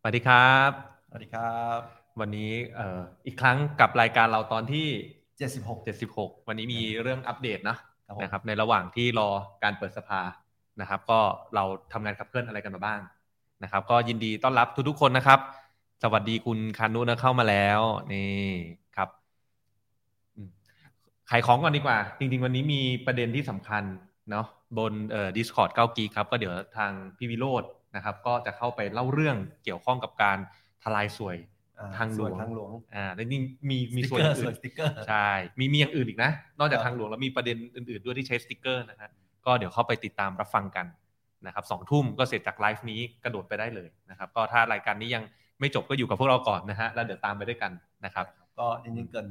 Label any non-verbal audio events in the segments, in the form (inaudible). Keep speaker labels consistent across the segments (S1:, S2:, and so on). S1: สวัสดีครับ
S2: สวัสดีครับ
S1: วันนี้เอ่ออีกครั้งกับรายการเราตอนที่
S2: เจ็ดสิบหก
S1: 76 วันนี้มีเรื่องอัปเดตนะครับ
S2: ผม
S1: นะครับ ในระหว่างที่รอการเปิดสภานะครับ ก็เราทำงานขับเคลื่อนอะไรกันมาบ้างนะครับ ก็ยินดีต้อนรับทุกๆคนนะครับ สวัสดีคุณคานุนะเข้ามาแล้วนี่ครับอืมขายของก่อนดีกว่า จริง ๆ วันนี้มีประเด็นที่สำคัญเนาะบนเอ่อ Discord 9กีครับ ก็เดี๋ยวทางพี่วิโรจน์นะครับ ก็จะเข้าไปเล่าเรื่องเกี่ยวข้องกับการทลายสวย
S2: อ่
S1: ทางหลวง
S2: ส่นทางหลวง
S1: อ่าแล้วนี่มีมี
S2: ส
S1: ส่ว
S2: ติ๊ก
S1: น
S2: เกอร์
S1: อื่
S2: ส่วน
S1: น
S2: สติ๊กเกอร์
S1: ใช่ มีมีอย่างอื่นอีกนะ นอกจาก
S2: ครับ
S1: ทางหลวงแล้วมีประเด็นอื่นๆ ด้วยที่ใช้สติกเกอร์นะฮะ ก็เดี๋ยวเข้าไปติดตามรับฟังกันนะครับสองทุ่มก็เสร็จจากไลฟ์นี้กระโดดไปได้เลยนะครับ ก็ถ้ารายการนี้ยังไม่จบก็อยู่กับพวกเราก่อนนะฮะ แล้วเดี๋ยวตามไปด้วยกันนะครับ
S2: ก็จริงๆเกิน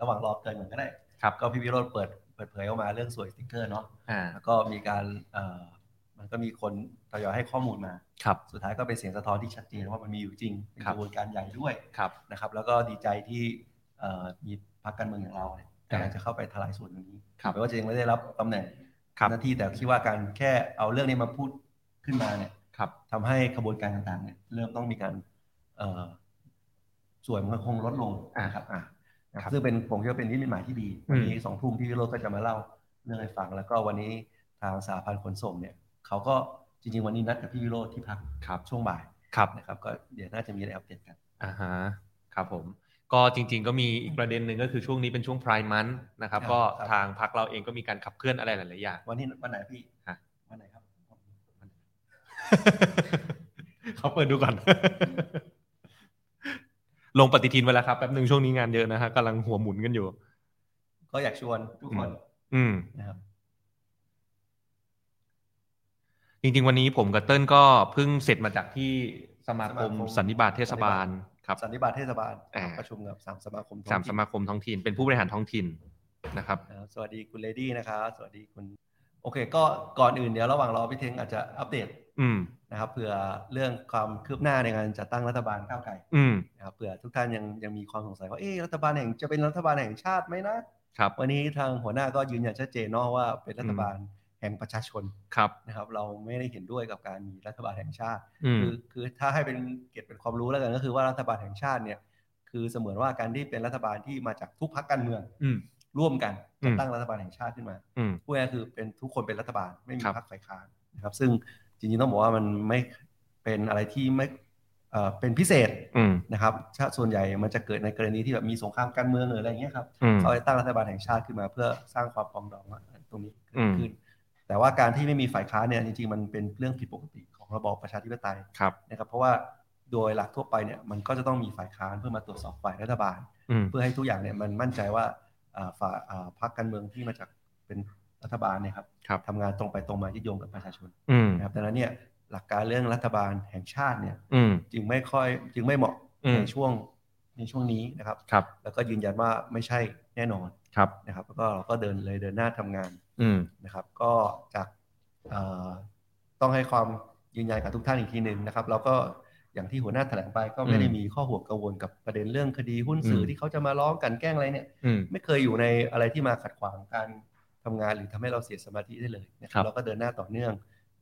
S2: ระหว่างรอเกินเหมือนก็ได้
S1: ครับ
S2: ก็พี่วิโรจน์เปิดเปิดเผยออกมาเรื่องสวยสติ๊กเกอร์เนาะ
S1: อ่า
S2: แล้วก็มีการเอ่อมันก็มีคนทยอยให้ข้อมูลมา
S1: ครับ
S2: สุดท้ายก็เป็นเสียงสะท้อนที่ชัดเจนว่ามันมีอยู่จริงเป็น
S1: ครับ
S2: กระบวนการใหญ่ด้วย
S1: ครับ
S2: นะครับ แล้วก็ดีใจที่เอ่อมีพรรคการเมืองอย่างเราเนี่ยกำลังจะเข้าไปทลายส่วนตรงนี้
S1: ครับ
S2: ไม่ว่าจะยังไม่ได้รับตำแหน่ง
S1: ครับ
S2: หน้าที่แต่คิดว่าการแค่เอาเรื่องนี้มาพูดขึ้นมาเนี่ย
S1: ครับ
S2: ทำให้ขบวนการต่างๆเนี่ยเริ่มต้องมีการเอ่อส่วนมันคงลดลง
S1: อ่า
S2: นะครับอ่า
S1: ครับ
S2: ซึ่งเป็นผมคิดว่าเป็นนิมิตหมายที่ดี
S1: อืม
S2: วันนี้สองทุ่มพี่วิโรจน์ก็จะมาเล่าเรื่องให้ฟัง แล้วก็วันนี้ทางสาพันธ์ขนส่งเนี่ยเขาก็จริงๆ วันนี้นัดกับพี่วิโรจน์ที่พัก
S1: ครับ
S2: ช่วงบ่าย
S1: ครับ
S2: นะครับก็เดี๋ยวน่าจะมีอะไรอัปเดตกัน
S1: อ่าฮะครับผมก็จริง ๆ ก็มีอีกประเด็นหนึ่งก็คือช่วงนี้เป็นช่วงไพร์มันนะครับ
S2: ครับ
S1: ก็
S2: ครับ
S1: ทางพักเราเองก็มีการขับเคลื่อนอะไรหลายๆอย่าง
S2: วันนี้วันไหนพี่
S1: ฮะ
S2: วันไหนครับวันไหน
S1: (laughs) เขาเปิดดูก่อน ลงปฏิทินไว้แล้วครับแป๊บหนึ่งช่วงนี้งานเยอะนะฮะกำลังหัวหมุนกันอยู่
S2: ก็อยากชวนทุกคน
S1: อืม
S2: นะครับ
S1: จริง ๆ วันนี้ผมกับเติ้ลก็เพิ่งเสร็จมาจากที่สมาคมสันนิบาตเทศบาลครับ
S2: สันนิบาตเทศบาล
S1: อ่า
S2: ประชุมกับสามสมาคมท้อง
S1: สาม
S2: ถิ่น
S1: สมาคมท้องถิ่นเป็นผู้บริหารท้องถิ่นนะครับ
S2: นะครับสวัสดีคุณเลดี้นะครับสวัสดีคุณ โอเค ก็ก่อนอื่นเดี๋ยวระหว่างรอพี่เทงอาจจะอัปเดต
S1: อืม
S2: นะครับเผื่อเรื่องความคืบหน้าในการจัดตั้งรัฐบาลก้าวไกล
S1: อืม
S2: นะครับเผื่อทุกท่านยังยังมีความสงสัยว่าเอ๊ะรัฐบาลแห่งจะเป็นรัฐบาลแห่งชาติไหมนะครับ วันนี้ทางหัวหน้าก็ยืนยันชัดเจนเนาะว่าเป็นรัฐบาลแห่งประชาชน
S1: ครับ
S2: นะครับ เราไม่ได้เห็นด้วยกับการมีรัฐบาลแห่งชาติ
S1: อืม
S2: คือคือถ้าให้เป็นเกตเป็นความรู้แล้วกันก็คือว่ารัฐบาลแห่งชาติเนี่ยคือเสมือนว่าการที่เป็นรัฐบาลที่มาจากทุกพรรคการเมือง
S1: อืม
S2: ร่วมกัน
S1: อื
S2: จัด
S1: ม
S2: ตั้งรัฐบาลแห่งชาติขึ้นมา
S1: อืม
S2: พูดง่ายๆคือเป็นทุกคนเป็นรัฐบาลไม่มี
S1: ครับ
S2: พรรคฝ่ายค้านนะครับซึ่งจริงๆต้องบอกว่ามันไม่เป็นอะไรที่ไม่เอ่อเป็นพิเศษ
S1: อืม
S2: นะครับชาติส่วนใหญ่มันจะเกิดในกรณีที่แบบมีสงครามการเมืองหรืออะไรอย่างเงี้ยครับ
S1: อืม
S2: เขาจะตั้งรัฐบาลแห่งชาติขึ้นมา เพื่อสร้างความปรองดองว่าตรงนี้เกิ
S1: อื
S2: ด
S1: ม
S2: ขึ้น แต่ว่าการที่ไม่มีฝ่ายค้านเนี่ยจริงๆมันเป็นเรื่องผิดปกติของระบอบประชาธิปไตย
S1: ครับ
S2: นะครับเพราะว่าโดยหลักทั่วไปเนี่ยมันก็จะต้องมีฝ่ายค้านเพื่อมาตรวจสอบฝ่ายรัฐบาล
S1: อืม
S2: เพื่อให้ทุกอย่างเนี่ยมันมั่นใจว่าอ่าฝ่ายอ่าพรรคการเมืองที่มาจากเป็นรัฐบาลเนี่ยครับ
S1: ครับ
S2: ทำงานตรงไปตรงมายึดโยงกับประชาชน
S1: อืม
S2: นะครับดังนั้นเนี่ยหลักการเรื่องรัฐบาลแห่งชาติเนี่ย
S1: อืม
S2: จึงไม่ค่อยจึงไม่เหมาะ
S1: อืม
S2: ในช่วงในช่วงนี้นะครับ
S1: ครับ
S2: แล้วก็ยืนยันว่าไม่ใช่แน่นอน
S1: ครับ
S2: นะครับแล้วก็เราก็เดินเลยเดินหน้าทำงาน
S1: อืม
S2: นะครับ ก็จากเอ่อต้องให้ความยืนยันกับทุกท่านอีกทีหนึ่งนะครับแล้วก็อย่างที่หัวหน้าแถลงไปก็ไม่ได้มีข้อห่วงกังวลกับประเด็นเรื่องคดีหุ้นสื่อ
S1: ม
S2: ที่เขาจะมาร้องกลันแกล้งอะไรเนี่ย
S1: อืม
S2: ไม่เคยอยู่ในอะไรที่มาขัดขวางการทำงานหรือทำให้เราเสียสมาธิได้เลยนะค
S1: ครั
S2: รับบ เราก็เดินหน้าต่อเนื่อง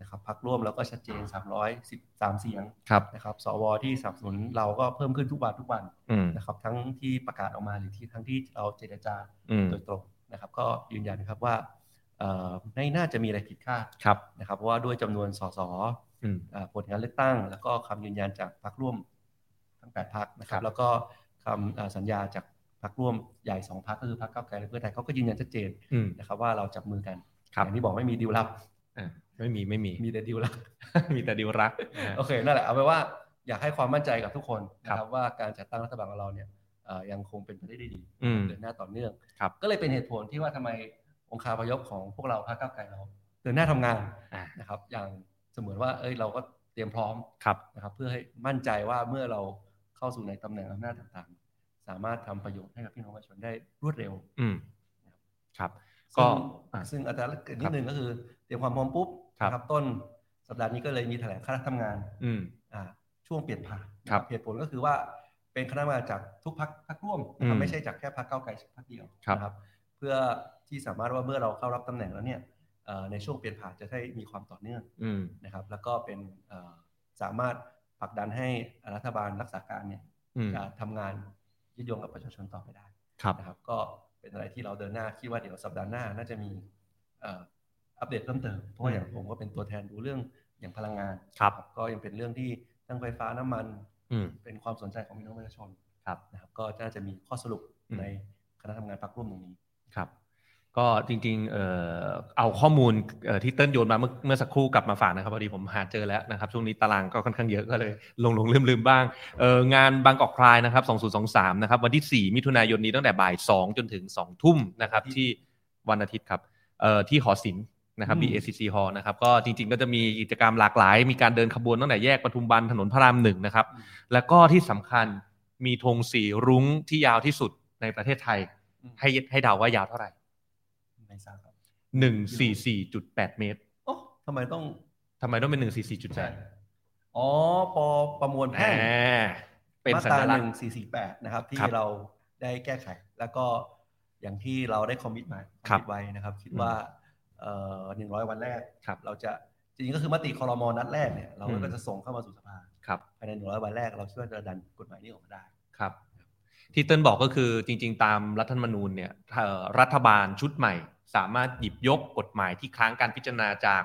S2: นะครับพักร่วมเราก็ชัดเจน 313 เสียง
S1: ครับ
S2: นะครับสวที่สนับสนุนเราก็เพิ่มขึ้นทุกวันทุกวัน
S1: อืม
S2: นะครับทั้งที่ประกาศออกมาหรือที่ทั้งที่เราเจรจา
S1: อืม
S2: โดยตรงนะครับก็ยืนยันครับว่าเอ่อไม่น่าจะมีอะไรผิดคาด
S1: ครับ
S2: นะครับเพราะว่าด้วยจำนวนสส
S1: อืม
S2: อ่าผลงานเลือกตั้ง แล้วก็คำยืนยันจากพรรคร่วมทั้งแปดพรรคนะค
S1: ครั
S2: รับ
S1: บ
S2: แล้วก็คำอ่าสัญญาจากพรรคร่วมใหญ่สองพรรคก็คือพรรคก้าวไกลและเพื่อไทยเขาก็ยืนยันชัดเจน
S1: อืม
S2: นะครับว่าเราจับมือกัน
S1: ครับ
S2: อย่างที่บอกไม่มีดีลลับ
S1: อ่าไม่มีไม่มี
S2: มีแต่ดีลลับ
S1: (laughs) มีแต่ดิวรัก
S2: โอเคนั่นแหละเอาไปนว่าอยากให้ความมั่นใจกับทุกคนนะค
S1: ครั
S2: รับบ ว่าการจัดตั้งรัฐบาลของเราเนี่ยเอ่อยังคงเป็นไปได้ด้วยดี
S1: อืม
S2: เดินหน้าต่อเนื่อง
S1: ครับ
S2: ก็เลยเป็นเหตุผลที่ว่าทำไมองคาพยพของพวกเราพรรคก้าวไกลเราเดินหน้าทำงาน
S1: อ่า
S2: นะครับ อย่างเสมือนว่าเอ้ยเราก็เตรียมพร้อม
S1: ครับ
S2: นะครับเพื่อให้มั่นใจว่าเมื่อเราเข้าสู่ในตำแหน่งอำนาจต่างๆ สามารถทำประโยชน์ให้กับพี่น้องประชาชนได้รวดเร็ว
S1: อืม ครับ ก็
S2: ซึ่ง
S1: อ่ะ
S2: ซึ่งอาจจะเกิดนิดนึงก็คือเตรียมความพร้อมปุ๊บ
S1: ครับ
S2: นะต้นสัปดาห์นี้ก็เลยมีแถลงคณะทำงาน
S1: อืม
S2: อ่าช่วงเปลี่ยนผ่านนะครับ เหตุผลก็คือว่าเป็นคณะทำงานจากทุกพักพักร่วมนะครับ
S1: อืม
S2: ไม่ใช่จากแค่พักเก้าวไกลพักเดียว
S1: ครับ
S2: นะครับ เพื่อที่สามารถว่าเมื่อเราเข้ารับตำแหน่งแล้วเนี่ยเอ่อในช่วงเปลี่ยนผ่านจะได้มีความต่อเนื่อง
S1: อืม
S2: นะครับแล้วก็เป็นเอ่อสามารถ ผลักดันให้รัฐบาลรักษาการเนี่ย
S1: อืม
S2: จะทำงานยึดโยงกับประชาชนต่อไปได้
S1: ครับ
S2: นะครับ ก็เป็นอะไรที่เราเดินหน้าคิดว่าเดี๋ยวสัปดาห์หน้าน่าจะมีเอ่ออัปเดตเพิ่มเติมเพราะว่าอย่างผมก็เป็นตัวแทนดูเรื่องอย่างพลังงาน
S1: ครับ
S2: ครับก็ยังเป็นเรื่องที่ทั้งไฟฟ้าน้ำมัน
S1: อืม
S2: เป็นความสนใจของพี่น้องประชาชน
S1: ครับ
S2: นะครับ ก็น่าจะมีข้อสรุป
S1: อืม
S2: ในคณะทำงานพรรคร่วมตรงนี้
S1: ครับ ก็จริงๆเอ่อเอาข้อมูลเอ่อที่เติ้ลโยนมาเมื่อเมื่อสักครู่กลับมาฝากนะครับพอดีผมหาเจอแล้วนะครับ ช่วงนี้ตารางก็ค่อนข้างเยอะก็เลยหลงหลงลืมลืมๆบ้างเอ่องานบางกอกพรายนะครับ 2023 นะครับ วันที่ 4 มิถุนายนนี้ตั้งแต่บ่าย 2 จนถึง 2 ทุ่มนะครับ ที่วันอาทิตย์ครับเอ่อที่หอศิลป์นะครับ
S2: อืม
S1: BACC Hall นะครับ ก็จริงๆก็จะมีกิจกรรมหลากหลาย มีการเดินขบวนตั้งแต่แยกปทุมวันถนนพระรามหนึ่งนะครับ แล้วก็ที่สำคัญมีธงสีรุ้งที่ยาวที่สุดในประเทศไทย
S2: อืม
S1: ให้ให้เดาว่ายาวเท่าไหร่
S2: ไม่ทราบครับ
S1: หนึ่งสี่สี่จุดแปดเมตร
S2: โอ้ทำไมต้อง
S1: ทำไมต้องเป็นหนึ่งสี่สี่จุดแป
S2: ใช่
S1: ด
S2: อ๋อปอประมวลแพ่ง
S1: เป็น
S2: มา
S1: สั
S2: ตรา
S1: ญลั
S2: ห
S1: กษ
S2: นึ่
S1: ณ์
S2: งสี่สี่แปดนะครับ ที่
S1: ครับ
S2: เราได้แก้ไข แล้วก็อย่างที่เราได้คอมมิตมา
S1: ครับ
S2: มิตไว้นะครับ คิด
S1: อืม
S2: ว่าหนึ่งร้อยวันแรก
S1: ครับ
S2: เราจะจริงๆก็คือมติคอรมอนัดแรกเนี่ยเรา
S1: อื
S2: ก็
S1: ม
S2: จะส่งเข้ามาสู่สภา
S1: ครับ
S2: ภายในหนึ่งร้อยวันแรกเราคิดว่าจะดันกฎหมายนี้ออกมาได้
S1: ครับ ที่เติ้ลบอกก็คือจริง ๆ ตามรัฐธรรมนูญเนี่ยเอ่อรัฐบาลชุดใหม่ สามารถหยิบยกกฎหมายที่ค้างการพิจารณาจาก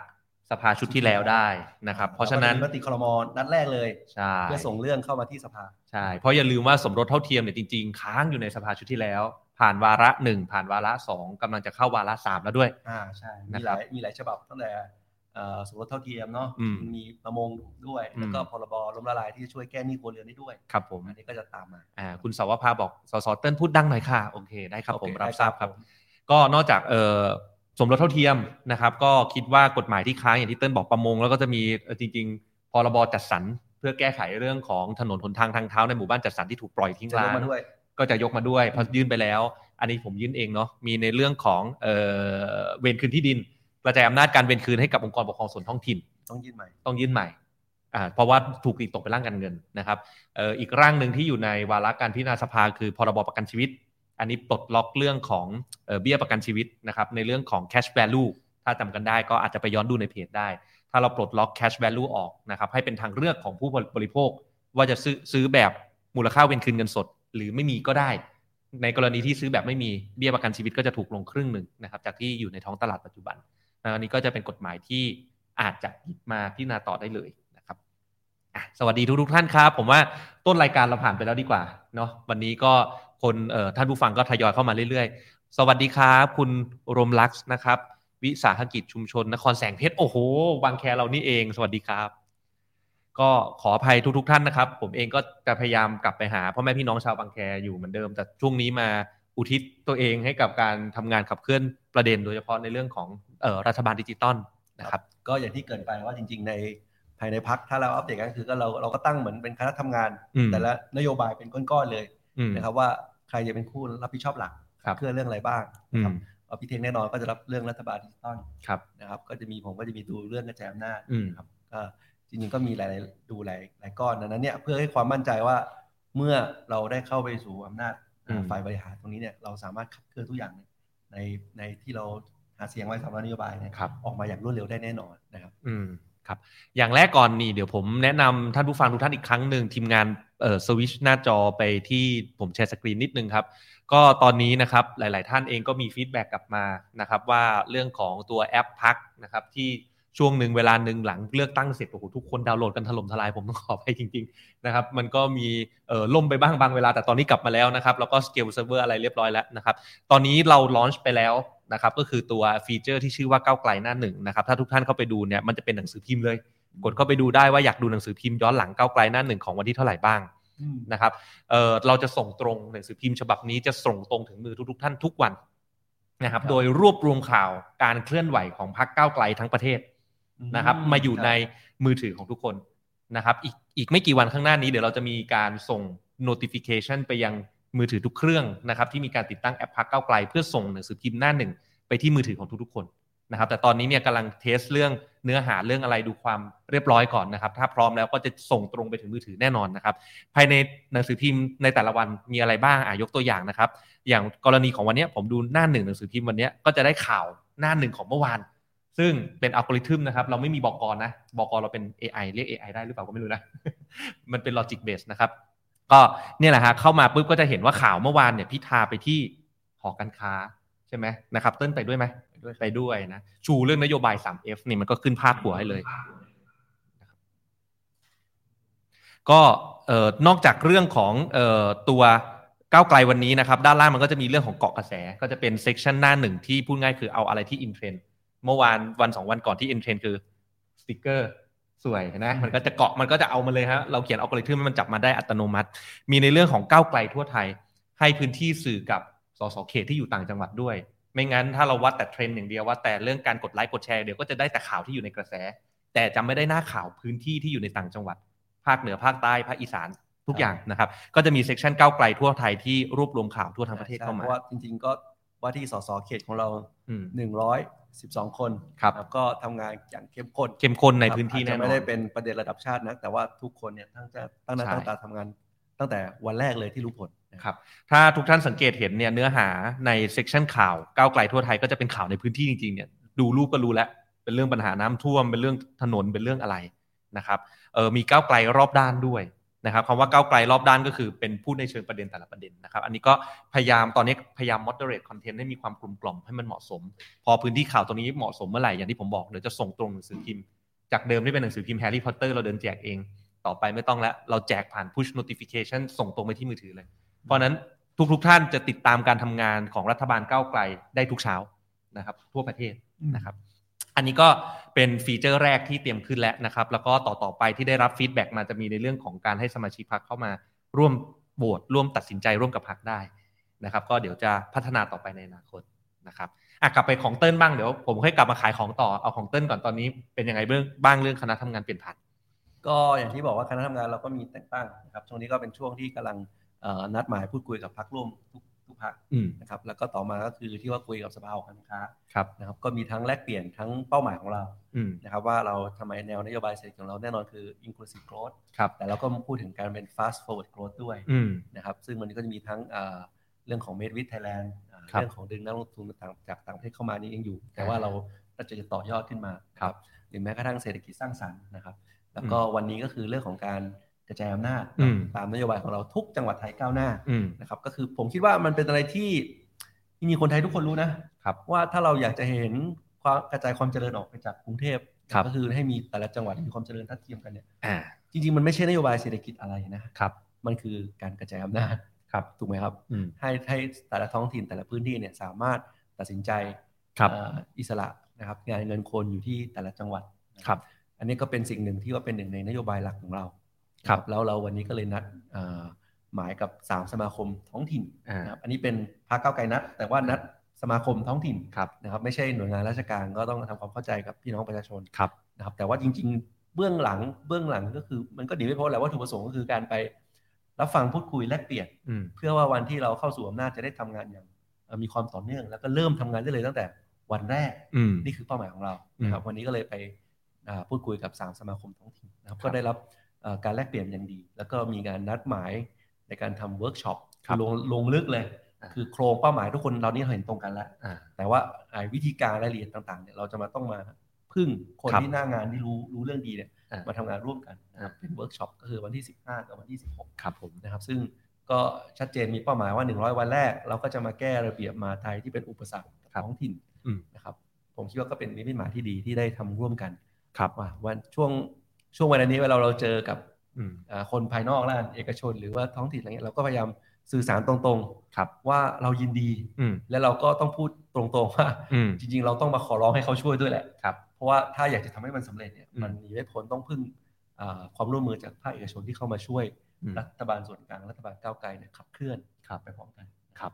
S1: สภาชุดที่แล้วได้นะครับ เพราะฉะนั้น
S2: แล้วก็จมีมติครมนัดแรกเลย
S1: ใช่
S2: เพื่อส่งเรื่องเข้ามาที่สภา
S1: ใช่เพราะอย่าลืมว่าสมรสเท่าเทียมเนี่ยจริง ๆ ค้างอยู่ในสภาชุดที่แล้ว ผ่านวาระหนึ่งผ่านวาระสองกำลังจะเข้าวาระสามแล้วด้วย
S2: อ่าใช่
S1: นะ
S2: มี
S1: ครั
S2: หลา
S1: บ
S2: ยมีหลายฉบับตั้งแต่เอ่อสมรสเท่าเทียมเนาะ
S1: อืม
S2: มีประมงด้วย
S1: อืม
S2: แล้วก็พรบล้มละลายที่จะช่วยแก้หนี้ครัวเรือนได้ด้วย
S1: ครับผม
S2: อันนี้ก็จะตามมา
S1: อ่าคุณสาวภาบอกสสเติ้ลพูดดังหน่อยค่ะ โอเคได้ครับ
S2: โอ
S1: ผม
S2: เ
S1: รับทราบครับ
S2: ผม
S1: ก็นอกจากเอ่อสมรสเท่าเทียมนะครับ ก็คิดว่ากฎหมายที่ค้างอย่างที่เติ้ลบอกประมง แล้วก็จะมีเอ่อจริงๆพรบจัดสรรเพื่อแก้ไขเรื่องของถนนหนทางทางเท้าในหมู่บ้านจัดสรรที่ถูกปล่อยทิ้ง
S2: จะ
S1: ร้าย ง
S2: กมาด้วย
S1: ก็จะยกมาด้วยเพราะยื่นไปแล้ว อันนี้ผมยื่นเองเนาะมีในเรื่องของเอ่อเวรคืนที่ดินกระจายอำนาจการเวรคืนให้กับองค์กรปกครองส่วนท้องถิ่น
S2: ต้องยื่นใหม่
S1: ต้องยื่นใหม่อ่าเพราะว่าถูกตีตกเป็นร่างการเงินนะครับเอ่ออีกร่างหนึ่งที่อยู่ในวาระการพิจารณาสภาคือพรบประกันชีวิต อันนี้ปลดล็อกเรื่องของเอ่อเบี้ยประกันชีวิตนะครับในเรื่องของ cash value ถ้าจำกันได้ก็อาจจะไปย้อนดูในเพจได้ ถ้าเราปลดล็อก cash value ออกนะครับให้เป็นทางเลือกของผู้บริโภค ว่าจะซื้อซื้อแบบมูลค่าเวนคืนเงินสด หรือไม่มีก็ได้ ในกรณีที่ซื้อแบบไม่มีเบี้ยประกันชีวิตก็จะถูกลงครึ่งหนึ่งนะครับจากที่อยู่ในท้องตลาดปัจจุบัน นะอันนี้ก็จะเป็นกฎหมายที่อาจจะหยิบมาพิจารณาต่อได้เลยนะครับอ่ะสวัสดีทุกทท่านครับ ผมว่าต้นรายการเราผ่านไปแล้วดีกว่าเนาะวันนี้ก็คนเอ่อท่านผู้ฟังก็ทยอยเข้ามาเรื่อยๆ สวัสดีครับ คุณรมลักษณ์นะครับ วิสาหกิจชุมชน นครแสงเพชรโอ้โหบางแคเรานี่เอง สวัสดีครับ ก็ขออภัยทุกๆท่านนะครับ ผมเองก็จะพยายามกลับไปหาพ่อแม่พี่น้องชาวบางแคอยู่เหมือนเดิม แต่ช่วงนี้มาอุทิศตัวเองให้กับการทำงานขับเคลื่อนประเด็นโดยเฉพาะในเรื่องของเอ่อรัฐบาลดิจิตอลนะครับ
S2: ก็อย่างที่เกรินไปว่าจริง ๆ ในภายในพักถ้าเราอัปเดตกันคือก็เราเราก็ตั้งเหมือนเป็นคณะทำงาน
S1: อืม
S2: แต่ละนโยบายเป็นก้อนๆเลย
S1: อืม
S2: นะครับว่าใครจะเป็นผู้รับผิดชอบหลัก
S1: ครับ
S2: เพื่อเรื่องอะไรบ้าง
S1: อื
S2: นะค
S1: ม
S2: รับเอาพี่เทงแน่นอนก็จะรับเรื่องรัฐบาลดิจิตอล
S1: ครับ
S2: นะครับก็จะมีผมก็จะมีดูเรื่องกระจายอำนาจ
S1: อืม
S2: ก็จริงๆก็มีหลายๆดูหลายหลายก้อนดังนั้นเนี่ยเพื่อให้ความมั่นใจว่าเมื่อเราได้เข้าไปสู่อำนาจ
S1: อืม
S2: ฝ่ายบริหารตรงนี้เนี่ยเราสามารถขับเคลื่อนทุกอย่างในในที่เราหาเสียงไว้สำหรับนโยบายเนี่ย
S1: ครับ
S2: ออกมาอย่างรวดเร็วได้แน่นอนนะครับ
S1: อืมครับอย่างแรกก่อนนี่เดี๋ยวผมแนะนำท่านผู้ฟังทุกท่านอีกครั้งหนึ่งทีมงานเอ่อสวิชหน้าจอไปที่ผมแชร์สกรีนนิดนึงครับ ก็ตอนนี้นะครับหลาย ๆ ท่านเองก็มีฟีดแบ็กกลับมานะครับว่าเรื่องของตัวแอปพักนะครับที่ช่วงหนึ่งเวลาหนึ่งหลังเลือกตั้งเสร็จโอ้โหทุกคนดาวน์โหลดกันถล่มทลายผมต้องขอไปจริง ๆ นะครับ มันก็มีเอ่อล่มไปบ้างบางเวลาแต่ตอนนี้กลับมาแล้วนะครับแล้วก็สเกลเซิร์ฟเวอร์อะไรเรียบร้อยแล้วนะครับ ตอนนี้เราลอนช์ไปแล้วนะครับก็คือตัวฟีเจอร์ที่ชื่อว่าก้าวไกลหน้าหนึ่งนะครับถ้าทุกท่านเข้าไปดูเนี่ยมันจะเป็นหนังสือพิมพ์เลย กดเข้าไปดูได้ว่าอยากดูหนังสือพิมพ์ย้อนหลังก้าวไกลหน้าหนึ่งของวันที่เท่าไหร่บ้างนะครับเอ่อเราจะส่งตรงหนังสือพิมพ์ฉบับนี้จะส่งตรงถึงมือทุกๆ ท่านทุกวันนะครับ
S2: ครับ
S1: โดยรวบรวมข่าวการเคลื่อนไหวของพรรคก้าวไกลทั้งประเทศ นะครับมาอยู่ในมือถือของทุกคนนะครับอีกอีกไม่กี่วันข้างหน้านี้เดี๋ยวเราจะมีการส่ง notification ไปยังมือถือทุกเครื่องนะครับที่มีการติดตั้งแอปพักเก้าวไกล เพื่อส่งหนังสือพิมพ์หน้าหนึ่งไปที่มือถือของทุกๆคนนะครับแต่ตอนนี้เนี่ยกำลังเทสเรื่องเนื้อหาเรื่องอะไรดูความเรียบร้อยก่อนนะครับถ้าพร้อมแล้วก็จะส่งตรงไปถึงมือถือแน่นอนนะครับภายในหนังสือพิมพ์ในแต่ละวันมีอะไรบ้างอ่ะยกตัวอย่างนะครับ อย่างกรณีของวันเนี้ยผมดูหน้าหนึ่งหนังสือพิมพ์วันเนี้ยก็จะได้ข่าวหน้าหนึ่งของเมื่อวาน ซึ่งเป็นอัลกอริทึมนะครับ เราไม่มีบอกกรนะบอกกรเราเป็น AI เรียก AI ได้หรือเปล่าก็ไม่รู้นะ (laughs) มันเป็นลอจิกเบสนะครับ ก็เนี่ยแหละฮะเข้ามาปุ๊บก็จะเห็นว่าข่าวเมื่อวานเนี่ยพิธาไปที่หอการค้าใช่ไหมนะครับ เติ้ลไปด้วยไหม
S2: ไปด้วยครั
S1: ไปด้
S2: บ
S1: วยนะ ชูเรื่องนโยบาย 3F นี่มันก็ขึ้นพาดหัวให้เลย ก็เอ่อนอกจากเรื่องของเอ่อตัวก้าวไกลวันนี้นะครับ ด้านล่างมันก็จะมีเรื่องของเกาะกระแส ก็จะเป็นเซกชันหน้าหนึ่งที่พูดง่ายคือเอาอะไรที่อินเทรนเมื่อวานวันสองวันก่อนที่อินเทรนคือสติกเกอร์สวยนะมันก็จะเกาะมันก็จะเอามาเลยฮะเราเขียนเอากริทึมให้มันจับมาได้อัตโนมัติ มีในเรื่องของก้าวไกลทั่วไทย ให้พื้นที่สื่อกับสสเขตที่อยู่ต่างจังหวัดด้วย ไม่งั้นถ้าเราวัดแต่เทรนด์อย่างเดียวว่าแต่เรื่องการกดไลค์กดแชร์เดี๋ยวก็จะได้แต่ข่าวที่อยู่ในกระแส แต่จะไม่ได้หน้าข่าวพื้นที่ที่อยู่ในต่างจังหวัด ภาคเหนือภาคใต้ภาคอีสานทุกอย่างนะครับ ก็จะมีเซกชันก้าวไกลทั่วไทยที่รวบรวมข่าวทั่วทั้งประเทศ
S2: ใช่
S1: เข้า
S2: เพ
S1: มา
S2: ราะว่าจริง ๆ ก็ว่าที่สสเขตของเรา
S1: อืม
S2: 112 คน
S1: ครับ
S2: แล้วก็ทำงานอย่างเข้มข้น
S1: เข้มข้นใน
S2: ครับ
S1: พื้นที่
S2: อาจ
S1: แน่
S2: จะ
S1: นอน
S2: ไม่ได้เป็นประเด็นระดับชาตินะแต่ว่าทุกคนเนี่ยตั้งใจตั้งหน้า
S1: ใช่
S2: ตั้งตาทำงาน ตั้งแต่วันแรกเลยที่รู้ผลนะครับ
S1: ถ้าทุกท่านสังเกตเห็นเนี่ยเนื้อหาในเซกชันข่าวก้าวไกลทั่วไทยก็จะเป็นข่าวในพื้นที่จริงๆเนี่ยดูรูปก็รู้แล้ว เป็นเรื่องปัญหาน้ำท่วม เป็นเรื่องถนนเป็นเรื่องอะไรนะครับเออมีก้าวไกลรอบด้านด้วยนะครับคำว่าก้าวไกลรอบด้านก็คือเป็นพูดในเชิงประเด็นแต่ละประเด็นนะครับ อันนี้ก็พยายามตอนนี้พยายาม moderate content ให้มีความกลมกล่อมให้มันเหมาะสม พอพื้นที่ข่าวตรงนี้เหมาะสมเมื่อไหร่อย่างที่ผมบอกเดี๋ยวจะส่งตรงหนังสือพิมพ์ จากเดิมที่เป็นหนังสือพิมพ์แฮร์รี่พอตเตอร์เราเดินแจกเอง ต่อไปไม่ต้องแล้วเราแจกผ่าน push notification ส่งตรงไปที่มือถือเลย เพราะฉะนั้นทุกๆท่านจะติดตามการทำงานของรัฐบาลก้าวไกลได้ทุกเช้านะครับ ทั่วประเทศนะครับ อันนี้ก็เป็นฟีเจอร์แรกที่เตรียมขึ้นแล้วนะครับ แล้วก็ต่อๆไปที่ได้รับฟีดแบ็กมาจะมีในเรื่องของการให้สมาชิกพักเข้ามาร่วมโหวตร่วมตัดสินใจร่วมกับพักได้นะครับ ก็เดี๋ยวจะพัฒนาต่อไปในอนาคตนะครับอ่ะกลับไปของเติ้ลบ้างเดี๋ยวผมค่อยกลับมาขายของต่อเอาของเติ้ลก่อนตอนนี้เป็นยังไงเรื่องบ้างเรื่องคณะทำงานเปลี่ยนผ่าน
S2: ก็อย่างที่บอกว่าคณะทำงานเราก็มีแต่งตั้งนะครับช่วงนี้ก็เป็นช่วงที่กำลังเอ่อนัดหมายพูดคุยกับพักร่วมทุกทุกพัก
S1: อืม
S2: นะครับแล้วก็ต่อมาก็คือที่ว่าคุยกับสภาหอการค้า
S1: ครับ
S2: นะครับก็มีทั้งแลกเปลี่ยนทั้งเป้าหมายของเรา
S1: อืม
S2: นะครับว่าเราทำไมแนวนโยบายเศรษฐกิจของเราแน่นอนคือ inclusive growth
S1: ครับ
S2: แต่เราก็พูดถึงการเป็น fast forward growth ด้วย
S1: อืม
S2: นะครับซึ่งมันก็จะมีทั้งเอ่อเรื่องของเมดวิ t ไทยแลนด์
S1: ครับ
S2: เรื่องของดึงนักลงทุนต่างจากต่างประเทศเข้ามานี่ยังอยู่ แต่ว่า
S1: อ่า
S2: เราน่าจะต่อยอดขึ้นมา
S1: ครับ
S2: หรือแม้กระทั่งเศรษฐกิจสร้างสรรค์นะครับแล้วก็วันนี้ก็คือเรื่องของการกระจายอำนาจ
S1: อืม
S2: ตามนโยบายของเราทุกจังหวัดไทยก้าวหน้า
S1: อืม
S2: นะครับก็คือผมคิดว่ามันเป็นอะไรที่จริงๆคนไทยทุกคนรู้นะครับ ว่าถ้าเราอยากจะเห็นความกระจายความเจริญออกไปจากกรุงเทพ
S1: ครับ
S2: ก็คือให้มีแต่ละจังหวัดมีความเจริญทัดเทียมกันเนี่ย
S1: อ่า
S2: จริงๆมันไม่ใช่นโยบายเศรษฐกิจอะไรนะ
S1: ครับ
S2: มันคือการกระจายอำนาจ
S1: ครับ
S2: ถูกไหมครับ
S1: อืม
S2: ให้ให้แต่ละท้องถิ่นแต่ละพื้นที่เนี่ยสามารถตัดสินใจ
S1: ครับ
S2: เอ่ออิสระนะครับงานเงินคนอยู่ที่แต่ละจังหวัดนะครับ อันนี้ก็เป็นสิ่งหนึ่งที่ว่าเป็นหนึ่งในนโยบายหลักของเรา
S1: ครับ
S2: นะแล้วเราวันนี้ก็เลยนัดเอ่อหมายกับ 3 สมาคมท้องถิ่น
S1: อ่า
S2: นะครับอันนี้เป็นพรรคก้าวไกลนัด แต่ว่านัดสมาคมท้องถิ่น
S1: ครับ
S2: นะครับไม่ใช่หน่วยงานราชการก็ต้องทำความเข้าใจกับพี่น้องประชาชน
S1: ครับ
S2: นะครับแต่ว่าจริงๆ เบื้องหลังเบื้องหลังก็คือมันก็หนีไม่พ้นแหละวัตถุประสงค์ก็คือการไปรับฟังพูดคุยแลกเปลี่ยน
S1: อืม
S2: เพื่อว่าวันที่เราเข้าสู่อำนาจจะได้ทำงานอย่างเอ่อมีความต่อเนื่อง แล้วก็เริ่มทำงานได้เลยตั้งแต่วันแรก
S1: อืม
S2: นี่คือเป้าหมายของเรานะครับวันนี้ก็เลยไปอ่าพูดคุยกับสามสมาคมท้องถิ่นนะครับ
S1: ครับ
S2: ก็ได้รับเอ่อการแลกเปลี่ยนอย่างดี แล้วก็มีการนัดหมายในการทำเวิร์กช็อป
S1: ครับ
S2: ลงลงลึกเลย
S1: อ่า
S2: คือโครงเป้าหมายทุกคนเรานี่เห็นตรงกันแล้ว
S1: อ่า
S2: แต่ว่าไอ้วิธีการรายละเอียดต่างๆเนี่ยเราจะมาต้องมาพึ่งคน
S1: ครับ
S2: ที่หน้างานที่รู้รู้เรื่องดีเนี่ย
S1: อ่าม
S2: มาทำงานร่วมกันนะครับ
S1: อ่า
S2: เป็นเวิร์กช็อปก็คือวันที่ 15 กับวันที่
S1: ครับผม
S2: 16 นะครับ ซึ่งก็ชัดเจนมีเป้าหมายว่า 100 วันแรก เราก็จะมาแก้ระเบียบมาไทยที่เป็นอุปสรรคกับ
S1: ครับ
S2: ท้องถิ่น
S1: อืม
S2: นะครับผมคิดว่าก็เป็นนิมิตหมายที่ดีที่ได้ทำร่วมกัน
S1: ครับ
S2: ว่าวันช่วงช่วงเวลานี้เวลาเราเจอกับ
S1: อืม
S2: อ่าคนภายนอกแล้วกันเอกชน หรือว่าท้องถิ่นอะไรเงี้ยเราก็พยายามสื่อสารตรง
S1: ครับ
S2: ๆ ว่าเรายินดี
S1: อืม
S2: และเราก็ต้องพูดตรงๆว่า
S1: อืม
S2: จริงๆ เราต้องมาขอร้องให้เขาช่วยด้วยแหละ
S1: ครับ
S2: เพราะว่าถ้าอยากจะทำให้มันสำเร็จเนี่ย
S1: อืม
S2: มันหนีไม่พ้นต้องพึ่งเอ่อความร่วมมือจากภาคเอกชนที่เข้ามาช่วย
S1: อืม
S2: รัฐบาลส่วนกลางรัฐบาลก้าวไกลเนี่ยขับเคลื่อน
S1: ครับ
S2: ไปพร้อมกัน
S1: ครับ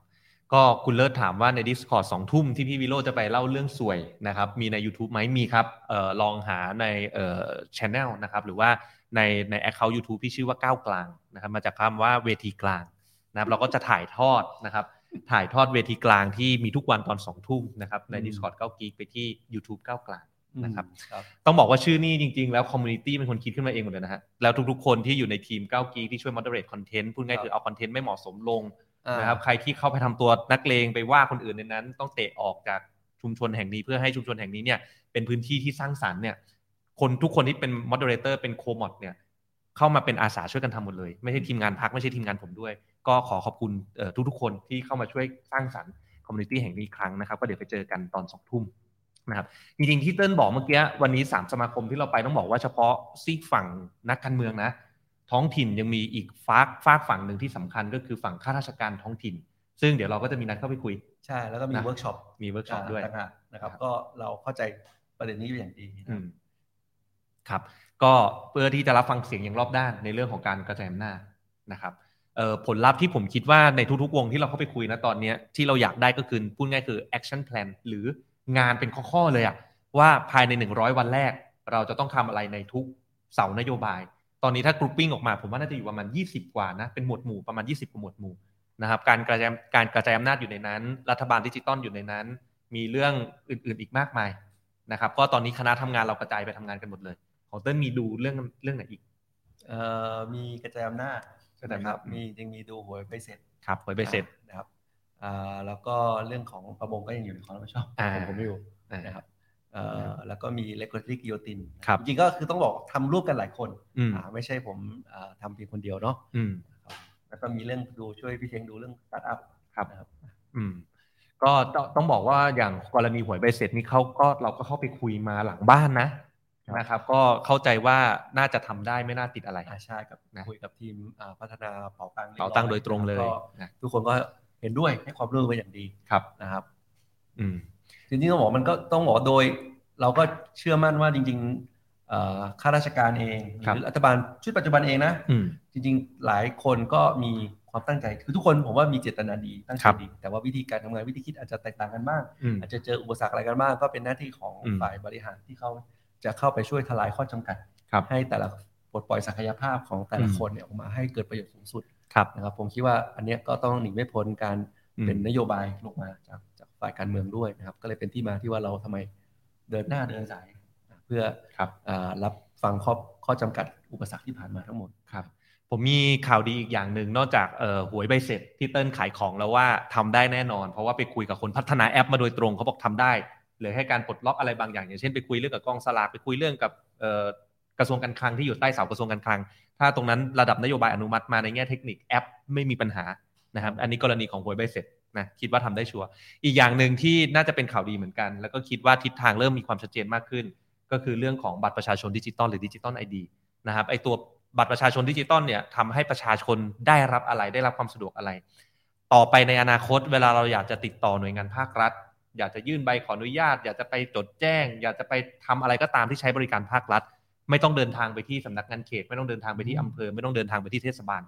S1: ก็คุณเลิศถามว่าใน Discord สองทุ่มที่พี่วิโรจน์จะไปเล่าเรื่องสวยนะครับ มีใน YouTube ไหมมีครับเอ่อลองหาในเอ่อ channel นะครับ หรือว่าในใน account YouTube ที่ชื่อว่าก้าวกลางนะครับ มาจากคำว่าเวทีกลางนะครับ เราก็จะถ่ายทอดนะครับ ถ่ายทอดเวทีกลางที่มีทุกวันตอนสองทุ่มนะครับใน
S2: อืม
S1: Discord ก้าวกีกไปที่ YouTube ก้าวกลาง นะครับ
S2: อืมครับ
S1: ต้องบอกว่าชื่อนี่จริงๆ แล้วคอมมูนิตี้เป็นคนคิดขึ้นมาเองหมดเลยนะฮะ แล้วทุกๆ คนที่อยู่ในทีมก้าวกีที่ช่วย moderate content พูดง่าย
S2: ครับ
S1: คือเอาคอนเทนต์ไม่เหมาะสมลง
S2: อ่า
S1: นะครับใครที่เข้าไปทำตัวนักเลงไปว่าคนอื่นในนั้น ต้องเตะออกจาก ชุมชนแห่งนี้เพื่อให้ชุมชนแห่งนี้เนี่ยเป็นพื้นที่ที่สร้างสรรค์เนี่ย คนทุกคนที่เป็นมอดเ e เลเตอร์เป็นโคมอดเนี่ย เข้ามาเป็นอาสาช่วยกันทำหมดเลย ไม่ใช่ทีมงานพักไม่ใช่ทีมงานผมด้วย ก็ขอขอบคุณเอ่อทุกๆคนที่เข้ามาช่วยสร้างสรรค์คอมมูนิตี้แห่งนี้อีกครั้งนะครับ ก็เดี๋ยวไปเจอกันตอนสองทุ่มนะครับจริงๆที่เติ้ลบอกเมื่อกี้วันนี้สามสมาคมที่เราไปต้องบอกว่าเฉพาะซีกฝั่งนักการเมืองนะ ท้องถิ่นยังมีอีกฝากฝากฝั่งหนึ่งที่สำคัญก็คือฝั่งข้าราชการท้องถิ่น ซึ่งเดี๋ยวเราก็จะมีนัดเข้าไปคุย
S2: ใช่แล้วก็มี
S1: นะ
S2: เวิร์กช็อป
S1: มีเวิร์กช็อปด้วย
S2: ต่างหากนะครับ
S1: ครับ
S2: ก็เราเข้าใจประเด็นนี้อยู่อย่างดี
S1: อื
S2: นะ
S1: มครับก็เพื่อที่จะรับฟังเสียงอย่างรอบด้านในเรื่องของการกระจายอำนาจนะครับเอ่อผลลัพธ์ที่ผมคิดว่าในทุกๆวงที่เราเข้าไปคุยนะตอนเนี้ยที่เราอยากได้ก็คือพูดง่ายคือ action plan หรืองานเป็นข้อๆเลยอะว่าภายใน 100 วันแรก เราจะต้องทำอะไรในทุกเสานโยบาย ตอนนี้ถ้ากรุ๊ปปิ้งออกมาผมว่าน่าจะอยู่ประมาณ 20 กว่านะเป็นหมวดหมู่ประมาณ 20กว่าหมวดหมู่ นะครับการกระจายการกระจายอำนาจอยู่ในนั้น รัฐบาลดิจิตอลอยู่ในนั้น มีเรื่องอื่นๆอีกมากมายนะครับก็ตอนนี้คณะทำงานเรากระจายไปทำงานกันหมดเลย ของเติ้ลมีดูเรื่องเรื่องไหนอีก
S2: เอ่อมีกระจายอำนาจ
S1: กระจายอำนาจ
S2: นะครับมียังมีดูหวยไปเสร็จ
S1: ครับหวยใบเสร็จ
S2: นะครับอ่าแล้วก็เรื่องของประมงก็ยังอยู่ในความรับผิดชอบ
S1: อ่า
S2: ของผมอยู่
S1: อ่า
S2: นะครับเอ่อแล้วก็มีเลก t ติกโยติน
S1: ครับ
S2: จริงๆก็คือต้องบอกทำร่วมกันหลายคน
S1: อืม
S2: อ่าไม่ใช่ผมอ่าทำเพียงคนเดียวเนาะ
S1: อืม
S2: แล้วก็มีเรื่องดูช่วยพี่เชงดูเรื่องสตาร์ทอัพ
S1: อืมก็ต้องต้องบอกว่าอย่างกรณีหวยใบเสร็จนี่เขาก็เราก็เข้าไปคุยมาหลังบ้านนะครับ นะครับ ก็เข้าใจว่าน่าจะทำได้ไม่น่าติดอะไร
S2: อาชากับ
S1: นะ
S2: คุยกับทีมอ่าพัฒนาเป๋าตังค์
S1: เป๋าตังค์โดยตรงเลย
S2: แวก็
S1: นะ
S2: ทุกคนก็เห็นด้วยให้ความร่วมมือเป็นอย่างดี
S1: ครับ
S2: นะครับ
S1: อืม
S2: จริงๆต้องบอกมันก็ต้องบอกโดย เราก็เชื่อมั่นว่าจริงๆเอ่อข้าราชการเองห
S1: ครับ
S2: รือรัฐบาลชุดปัจจุบันเองนะ
S1: อืม
S2: จริงๆ หลายคนก็มีความตั้งใจ คือทุกคนผมว่ามีเจตนาดีตั้งใจ
S1: ครับ
S2: ดี แต่ว่าวิธีการทำงานวิธีคิดอาจจะแตกต่างกันบ้าง
S1: อืม
S2: อาจจะเจออุปสรรคอะไรกันบ้าง ก็เป็นหน้าที่ของ
S1: อืม
S2: ฝ่ายบริหารที่เขาจะเข้าไปช่วยทลายข้อจำกัด
S1: ครับ
S2: ให้แต่ละปลดปล่อยศักยภาพของแต่ละ
S1: อืม
S2: คนเนี่ยออกมาให้เกิดประโยชน์สูงสุด
S1: ครับ
S2: นะครับ ผมคิดว่าอันเนี้ยก็ต้องหนีไม่พ้นการ
S1: อืม
S2: เป็นนโยบายลงมาจากจากฝ่ายการเมืองด้วยนะครับ ก็เลยเป็นที่มาที่ว่าเราทำไมเดินหน้าเดินสายเพื่อ
S1: ครับ
S2: อ่ารับฟังข้อข้อจำกัดอุปสรรคที่ผ่านมาทั้งหมด
S1: ครับผมมีข่าวดีอีกอย่างหนึ่งนอกจากเอ่อหวยใบเสร็จที่เติ้ลขายของแล้วว่าทำได้แน่นอน เพราะว่าไปคุยกับคนพัฒนาแอปมาโดยตรงเขาบอกทำได้เหลือให้การปลดล็อกอะไรบางอย่าง อย่างเช่นไปคุยเรื่องกับกองสลากไปคุยเรื่องกับเอ่อกระทรวงการคลังที่อยู่ใต้เสากระทรวงการคลัง ถ้าตรงนั้นระดับนโยบายอนุมัติมาในแง่เทคนิคแอปไม่มีปัญหานะครับอันนี้กรณีของหวยใบเสร็จนะคิดว่าทำได้ชัวร์อีกอย่างหนึ่งที่น่าจะเป็นข่าวดีเหมือนกัน แล้วก็คิดว่าทิศทางเริ่มมีความชัดเจนมากขึ้น ก็คือเรื่องของบัตรประชาชนดิจิตอลหรือดิจิตอลไอดี นะครับไอตัวบัตรประชาชนดิจิตอลเนี่ยทำให้ประชาชนได้รับอะไรได้รับความสะดวกอะไร ต่อไปในอนาคตเวลาเราอยากจะติดต่อหน่วยงานภาครัฐ อยากจะยื่นใบขออนุญาต อยากจะไปจดแจ้ง อยากจะไปทำอะไรก็ตามที่ใช้บริการภาครัฐ ไม่ต้องเดินทางไปที่สำนักงานเขต ไม่ต้องเดินทางไปที่อำเภอ ไม่ต้องเดินทางไปที่เทศบาล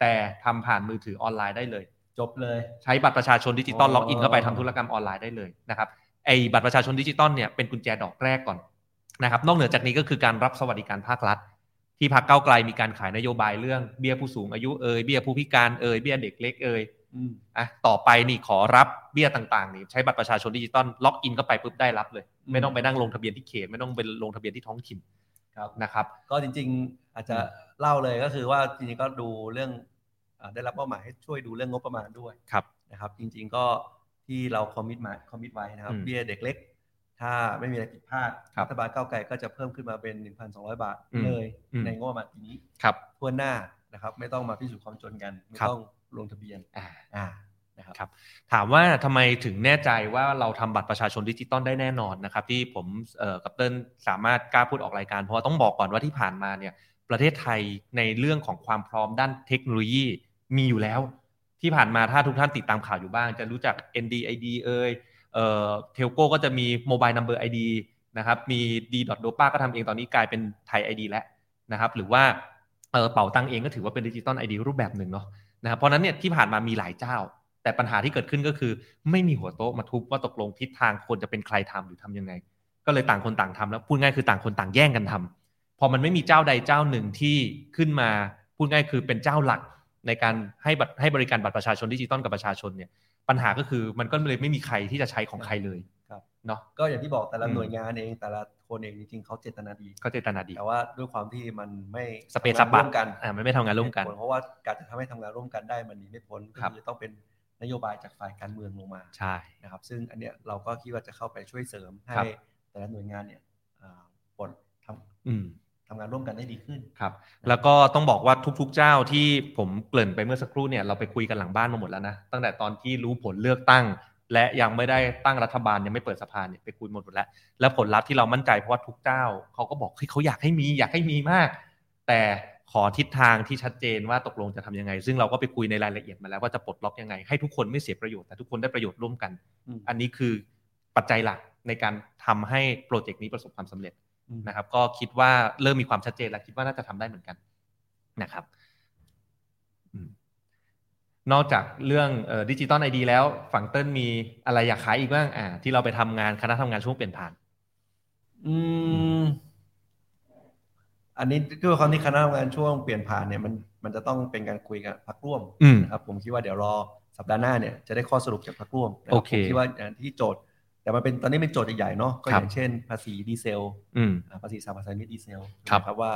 S1: แต่ทำผ่านมือถือออนไลน์ได้เลย
S2: จบเลย
S1: ใช้บัตรประชาชนดิจิตอล
S2: อ๋อ
S1: ล็อกอินเข้าไปทำธุรกรรมออนไลน์ได้เลยนะครับไอ้บัตรประชาชนดิจิตอลเนี่ยเป็นกุญแจดอกแรกก่อนนะครับนอกเหนือจากนี้ก็คือการรับสวัสดิการภาครัฐ ที่พักเก้าวไกลมีการขายนโยบายเรื่องเบี้ยผู้สูงอายุเอ่ยเบี้ยผู้พิการเอ่ยเบี้ยเด็กเล็กเอ่ยอ่ะต่อไปนี่ขอรับเบี้ยต่างๆนี่ใช้บัตรประชาชนดิจิตอลล็อกอินเข้าไปปุ๊บได้รับเลย ไม่ต้องไปนั่งลงทะเบียนที่เขตไม่ต้องไปลงทะเบียนที่ท้องถิ่น
S2: ครับ
S1: นะครับ
S2: ก็จริงๆ อาจจะเล่าเลยก็คือว่าจริงๆก็ดูเรื่องอ่าได้รับเป้าหมายให้ช่วยดูเรื่องงบประมาณด้วย
S1: ครับ
S2: นะครับ จริงๆก็ที่เราคอมมิตมาคอมมิตไว้นะครับ
S1: อืม
S2: เบี้ยเด็กเล็ก ถ้าไม่มีอะไรผิดพลาด
S1: ครับ
S2: รัฐบาลก้าวไกลก็จะเพิ่มขึ้นมาเป็น 1,200 บาท
S1: อืม
S2: เลย
S1: อืม
S2: ในงบประมาณปีนี้
S1: ครับ
S2: ทั่วหน้านะครับ ไม่ต้องมาพิสูจน์ความจนกัน ไม่
S1: ครับ
S2: ต้องลงทะเบียน
S1: อ่า
S2: อ่านะครับ
S1: ถามว่าทำไมถึงแน่ใจว่าเราทำบัตรประชาชนดิจิตอลได้แน่นอนนะครับ ที่ผมเอ่อกับเติ้ลสามารถกล้าพูดออกรายการ เพราะว่าต้องบอกก่อนว่าที่ผ่านมาเนี่ยประเทศไทยในเรื่องของความพร้อมด้านเทคโนโลยีมีอยู่แล้ว ที่ผ่านมาถ้าทุกท่านติดตามข่าวอยู่บ้าง จะรู้จัก NDID เอ่ยเอ่อเทลโก้ก็จะมี Mobile Number ID นะครับมี D.DOPA ก็ทำเองตอนนี้กลายเป็นไทย ID แล้วนะครับหรือว่าเอ่อเป่าตังเองก็ถือว่าเป็นดิจิตอล ID รูปแบบหนึ่งเนาะ นะครับเพราะฉะนั้นเนี่ยที่ผ่านมามีหลายเจ้า แต่ปัญหาที่เกิดขึ้นก็คือ ไม่มีหัวโต๊ะมาทุบว่าตกลงทิศทางควรจะเป็นใครทำหรือทำยังไง ก็เลยต่างคนต่างทำแล้วพูดง่ายคือต่างคนต่างแย่งกันทำพอมันไม่มีเจ้าใดเจ้าหนึ่งที่ขึ้นมาพูดง่ายคือเป็นเจ้าหลักในการให้บัตรให้บริการบัตรประชาชนดิจิตอลกับประชาชนเนี่ยปัญหาก็คือมันก็เลยไม่มีใครที่จะใช้ของใครเลย
S2: ครับ
S1: เนาะ
S2: ก็อย่างที่บอกแต่ละ
S1: อืม
S2: หน่วยงานเองแต่ละคนเองจริงๆเขาเจตนาดี
S1: ก็เจตนาดี
S2: แต่ว่าด้วยความที่มันไม่
S1: สเปซส
S2: ทำงาน
S1: ปะ
S2: ร่วมกัน
S1: อ่ามันไม่ทำงานร่วมกัน
S2: เพราะว่าการจะทำให้ทำงานร่วมกันได้มันหนีไม่พ้น
S1: ครับ
S2: ก็คือต้องเป็นน นโยบายจากฝ่ายการเมืองลงมา
S1: ใช่
S2: นะครับ ซึ่งอันเนี้ยเราก็คิดว่าจะเข้าไปช่วยเสริมให้
S1: ครับ
S2: แต่ละหน่วยงานเนี่ยอ่าปลดท
S1: อืม
S2: ำทำงานร่วมกันได้ดีขึ้น
S1: ครับ แล้วก็ต้องบอกว่าทุกๆเจ้าที่ผมเกริ่นไปเมื่อสักครู่เนี่ยเราไปคุยกันหลังบ้านมาหมดแล้วนะตั้งแต่ตอนที่รู้ผลเลือกตั้ง และยังไม่ได้ตั้งรัฐบาลยังไม่เปิดสภาเนี่ยไปคุยหมดหมดแล้ว แล้วผลลัพธ์ที่เรามั่นใจเพราะว่าทุกเจ้าเขาก็บอกเฮ้ยเขาอยากให้มีอยากให้มีมาก แต่ขอทิศทางที่ชัดเจนว่าตกลงจะทำยังไง ซึ่งเราก็ไปคุยในรายละเอียดมาแล้วว่าจะปลดล็อกยังไงให้ทุกคนไม่เสียประโยชน์แต่ทุกคนได้ประโยชน์ร่วมกัน
S2: อืม
S1: อันนี้คือปัจจัยหลักในการทำให้โปรเจกต์นี้ประสบความสำเร็จ
S2: อืม
S1: นะครับก็คิดว่าเริ่มมีความชัดเจนและคิดว่าน่าจะทำได้เหมือนกันนะครับอืมนอกจากเรื่องดิจิตอลไอ d ดีแล้ว ฝั่งเติ้ลมีอะไรอยากขายอีกบ้างอ่าที่เราไปทำงานคณะทำงานช่วงเปลี่ยนผ่าน
S2: อืม อันนี้ด้วยความที่คณะทำงานช่วงเปลี่ยนผ่านเนี่ยมันมันจะต้องเป็นการคุยกับพรรคร่วม
S1: อืม
S2: นะครับ ผมคิดว่าเดี๋ยวรอสัปดาห์หน้าเนี่ยจะได้ข้อสรุปจากพรรคร่วมนะ
S1: โอ
S2: รับ
S1: เค
S2: ผมคิดว่าอย่างที่โจทย์ แต่มันเป็นตอนนี้เป็นโจทย์ใหญ่ๆเนาะก็
S1: ครั
S2: อบ ย่างเช่น ภาษีดีเซล
S1: อืม
S2: อ่าภาษีสรรพสามิตดีเซล
S1: ครับ
S2: นะครับว่า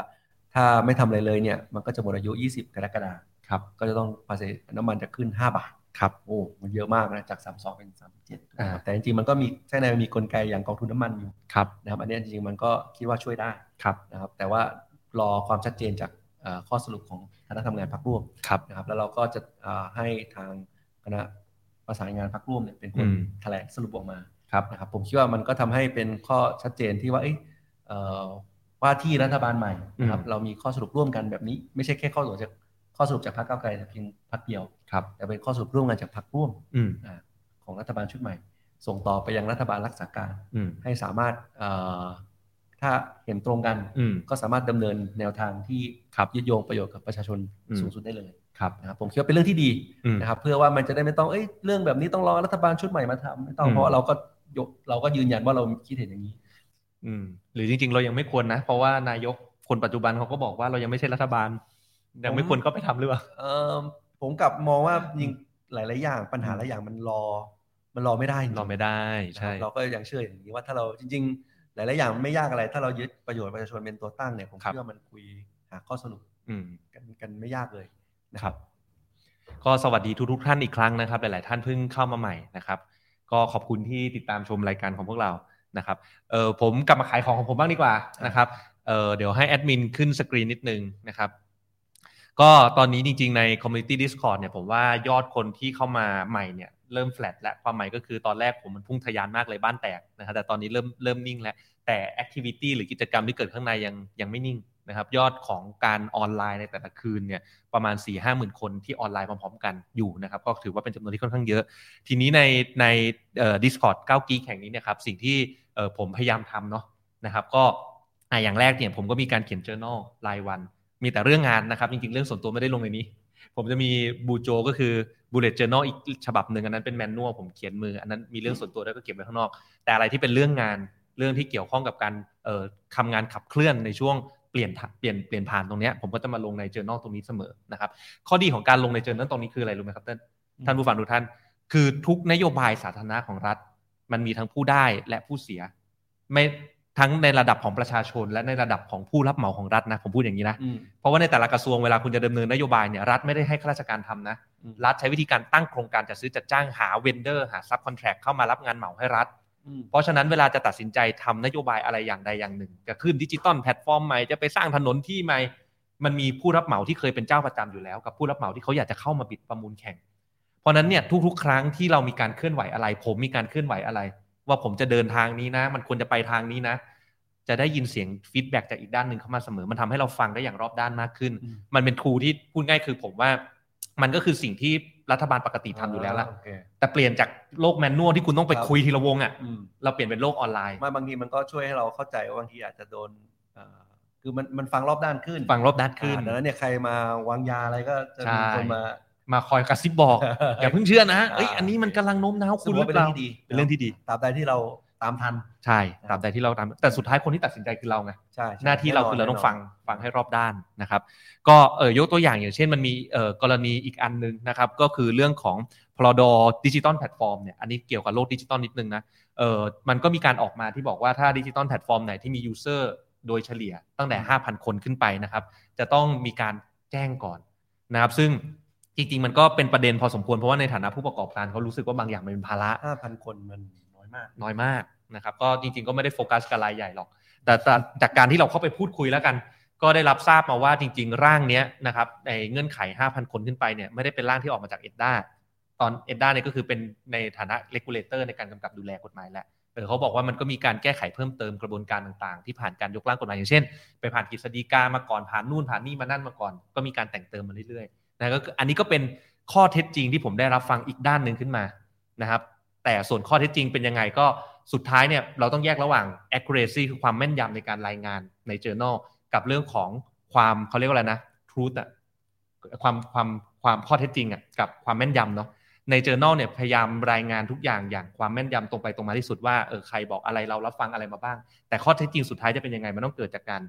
S2: ถ้าไม่ทำอะไรเลยเนี่ย มันก็จะหมดอายุ 20 กรกฎาคม
S1: ครับ
S2: ก็จะต้องภาษีน้ำมันจะขึ้น 5 บาท
S1: ครับ
S2: โอ้มันเยอะมากนะจาก 32 เป็น 37
S1: อ่า
S2: นะครับแต่จริงๆมันก็มีข้างในมันมีกลไกอย่างกองทุนน้ำมันอยู่
S1: ครับ
S2: นะครับอันนี้จริงๆมันก็คิดว่าช่วยได้
S1: ครับ
S2: นะครับ แต่ว่ารอความชัดเจนจากเอ่อข้อสรุปของคณะทำงานพักร่วม
S1: ครับ
S2: นะครับ แล้วเราก็จะเอ่อให้ทางคณะประสานงานพักร่วมเนี่ยเป็นคน
S1: อืม
S2: แถลงสรุปออกมา
S1: ครับ
S2: นะครับ ผมคิดว่ามันก็ทำให้เป็นข้อชัดเจนที่ว่าเอะเอ่อว่าที่รัฐบาลใหม่นะครับ
S1: อืม
S2: เรามีข้อสรุปร่วมกันแบบนี้ ไม่ใช่แค่ข้อสรุปจากข้อสรุปจากพรรคก้าวไกลแต่เพียงพรรคเดียว
S1: ครับ
S2: แต่เป็นข้อสรุปร่วมกันจากพรรคร่วม
S1: อืม
S2: อ่าของรัฐบาลชุดใหม่ ส่งต่อไปยังรัฐบาลรักษาการ
S1: อืม
S2: ให้สามารถเอ่อถ้าเห็นตรงกัน
S1: อืม
S2: ก็สามารถดำเนินแนวทางที่
S1: ครับ
S2: ยึดโยงประโยชน์กับประชาชน
S1: อืม
S2: สูงสุดได้เลย
S1: ครับ
S2: นะครับผมคิดว่าเป็นเรื่องที่ดี
S1: อืม
S2: นะครับเพื่อว่ามันจะได้ไม่ต้องเอ้ยเรื่องแบบนี้ต้องรอรัฐบาลชุดใหม่มาทำไม่ต้อง
S1: อืม
S2: เพราะว่าเราก็ยกเราก็ยืนยันว่าเราคิดเห็นอย่างนี้
S1: อืมหรือจริงๆ เรายังไม่ควรนะ เพราะว่านายกคนปัจจุบันเขาก็บอกว่าเรายังไม่ใช่รัฐบาล ยังไม่
S2: ผม
S1: ควรก็ไปทำหรือเปล่า
S2: เอิ่มผมกลับมองว่ายิงหลาย ๆ อย่างปัญหาหลายอย่างมันรอ มันรอไม่ได้จงๆ
S1: เราไม่ได้
S2: นะค
S1: ใช่
S2: รับเราก็ยังเชื่ออย่างนี้ว่าถ้าเราจริง ๆ หลาย ๆ อย่างไม่ยากอะไร ถ้าเรายึดประโยชน์ประชาชนเป็นตัวตั้งเนี่ยผมเชื่อว่ามันคุยหาข้อสรุป
S1: อืม
S2: กันกันไม่ยากเลย
S1: ค
S2: นะค
S1: รั
S2: รั
S1: บบ ก็สวัสดีทุกๆท่านอีกครั้งนะครับ หลายๆท่านเพิ่งเข้ามาใหม่นะครับ ก็ขอบคุณที่ติดตามชมรายการของพวกเรานะครับเออผมกลับมาขายของของผมบ้างดีกว่านะครับเออเดี๋ยวให้แอดมินขึ้นสกรีนนิดนึงนะครับ ก็ตอนนี้จริงๆใน Community Discord เนี่ยผมว่ายอดคนที่เข้ามาใหม่เนี่ยเริ่มแฟลตและความหมายก็คือตอนแรกผมมันพุ่งทะยานมากเลยบ้านแตกนะครับแต่ตอนนี้เริ่มเริ่มนิ่งแล้ว แต่แอคทิวิตี้หรือกิจกรรมที่เกิดข้างในยังยังไม่นิ่งนะครับยอดของการออนไลน์ในแต่ละคืนเนี่ยประมาณ4ี่ห้าหมื่นคนที่ออนไลน์พร้อมๆกันอยู่นะครับก็ถือว่าเป็นจำนวนที่ค่อนข้างเยอะ ทีนี้ในในเอ่อ Discord 9กีแห่งนี้เนะครับสิ่งที่เอ่อผมพยายามทำเนาะนะครับก็อ่ะอย่างแรกเนี่ยผมก็มีการเขียน journal รายวัน มีแต่เรื่องงานนะครับ จริงๆ เรื่องส่วนตัวไม่ได้ลงในนี้ ผมจะมีบูโจก็คือ bullet journal อีกฉบับหนึ่งอันนั้นเป็นแมนนวลผมเขียนมืออันนั้นมีเรื่องส่วนตัวด้วยก็เก็บไว้ข้างนอก แต่อะไรที่เป็นเรื่องงานเรื่องที่เกี่ยวข้องกับการเอ่อทำงานขับเคลื่อนในช่วงเปลี่ยนทะเปลี่ยนเปลี่ยนผ่านตรงเนี้ยผมก็จะมาลงใน journal ตรงนี้เสมอนะครับ ข้อดีของการลงใน journal ตรงนี้คืออะไรรู้ไหมครับเต้น
S2: อืม
S1: ท่านผู้ฟังทุกท่าน คือทุกนโยบายสาธารณะของรัฐ มันมีทั้งผู้ได้และผู้เสีย ไม่ทั้งในระดับของประชาชน และในระดับของผู้รับเหมาของรัฐนะผมพูดอย่างนี้นะ
S2: อืม
S1: เพราะว่าในแต่ละกระทรวงเวลาคุณจะดำเนินนโยบายเนี่ยรัฐไม่ได้ให้ข้าราชการทำนะ
S2: อืม
S1: รัฐใช้วิธีการตั้งโครงการจัดซื้อจัดจ้างหาเวนเดอร์หาซับคอนแทรคเข้ามารับงานเหมาให้รัฐ
S2: อืม
S1: เพราะฉะนั้นเวลาจะตัดสินใจทำนโยบายอะไรอย่างใดอย่างหนึ่ง จะขึ้นดิจิตอลแพลตฟอร์มใหม่จะไปสร้างถนนที่ใหม่ มันมีผู้รับเหมาที่เคยเป็นเจ้าประจำอยู่แล้ว กับผู้รับเหมาที่เขาอยากจะเข้ามาบิดประมูลแข่ง เพราะฉะนั้นเนี่ยทุกๆ ครั้งที่เรามีการเคลื่อนไหวอะไร ผมมีการเคลื่อนไหวอะไร ว่าผมจะเดินทางนี้นะ มันควรจะไปทางนี้นะ จะได้ยินเสียงฟีดแบ็กจากอีกด้านหนึ่งเข้ามาเสมอ มันทำให้เราฟังได้อย่างรอบด้านมากขึ้น
S2: อืม
S1: มันเป็นทูที่พูดง่ายคือผมว่า มันก็คือสิ่งที่รัฐบาลปกติทำอยู่แล้วละ
S2: โเค
S1: แต่เปลี่ยนจากโลกแมนนวลที่คุณต้องไปคุยทีละวงอ่ะ
S2: อืม
S1: เราเปลี่ยนเป็นโลกออนไลน์
S2: ไมาบางทีมันก็ช่วยให้เราเข้าใจว่าบางทีอาจจะโดนเอ่อคือมันมันฟังรอบด้านขึ้น
S1: ฟังรอบด้านขึ้น
S2: อ่าดังนั้นเนี่ยใครมาวางยาอะไรก็จะมี
S1: ใช่
S2: คนมา
S1: มาคอยกระซิบบอก อย่าเพิ่งเชื่อนะเอ้ย
S2: อ่า
S1: อันนี้มันกำลังโน้มน้าว
S2: (laughs) ซึ่
S1: คุณห
S2: ง
S1: รื
S2: ว่า
S1: อ
S2: เป็น
S1: เปล่า
S2: เรื่องที่ดี
S1: เป็นเรื่องที่ดี
S2: ตราบใดที่เราตามทัน
S1: ใช่ตามใดที่เราตามแต่สุดท้ายคนที่ตัดสินใจคือเราไง
S2: ใช่ใช่
S1: หน้าที่เราคือ
S2: แ
S1: เราต้องฟังฟังให้รอบด้านนะครับ ก็เออยกตัวอย่างอย่างเช่นมันมีเอ่อกรณีอีกอันหนึงนะครับ ก็คือเรื่องของพรดดิจิตอลแพลตฟอร์มเนี่ยอันนี้เกี่ยวกับโลกดิจิตอลนิดนึงนะเออมันก็มีการออกมาที่บอกว่าถ้าดิจิตอลแพลตฟอร์มไหนที่มียูเซอร์โดยเฉลี่ยตั้งแต่ 5,000 คนขึ้นไปนะครับ จะต้องมีการแจ้งก่อนนะครับ ซึ่ง จริง ๆ มันก็เป็นประเด็นพอสมควรเพราะว่าในฐานะผู้ประกอบการเขารู้สึกว่าบางอย่างมันเป็นภาระ
S2: 5,000 คนมันน้อยมาก
S1: น้อยมากนะครับก็จริงๆก็ไม่ได้โฟกัสกับรายใหญ่หรอก แต่แต่จากการที่เราเข้าไปพูดคุยแล้วกัน ก็ได้รับทราบมาว่าจริง ๆ ร่างเนี้ยนะครับในเงื่อนไข 5,000 คนขึ้นไปเนี่ยไม่ได้เป็นร่างที่ออกมาจากเอ็ดด้าตอนเอ็ดด้าเนี่ยก็คือเป็นในฐานะเลกูลเลเตอร์ในการกำกับดูแลกฎหมายแหละเออเขาบอกว่ามันก็มีการแก้ไขเพิ่มเติมกระบวนการต่างๆ ที่ผ่านการยกร่างกฎหมายอย่างเช่น ไปผ่านกฤษฎีกามาก่อนผ่านนู่นผ่านนี่มานั่นมาก่อน ก็มีการแต่งเติมมาเรื่อยๆนะก็คืออันนี้ก็เป็นข้อเท็จจริงที่ผมได้รับฟังอีกด้านหนึ่งขึ้นมานะครับ แต่ส่วนข้อเท็จจริงเป็นยังไงก็สุดท้ายเนี่ยเราต้องแยกระหว่าง accuracy คือความแม่นยำในการรายงานใน journal กับเรื่องของความเขาเรียกว่าอะไรนะ truth อะความความความข้อเท็จจริงอะกับความแม่นยำเนาะใน journal เนี่ยพยายามรายงานทุกอย่างอย่างความแม่นยำตรงไปตรงมาที่สุดว่าเออใครบอกอะไรเรารับฟังอะไรมาบ้าง แต่ข้อเท็จจริงสุดท้ายจะเป็นยังไงมันต้องเกิดจากการ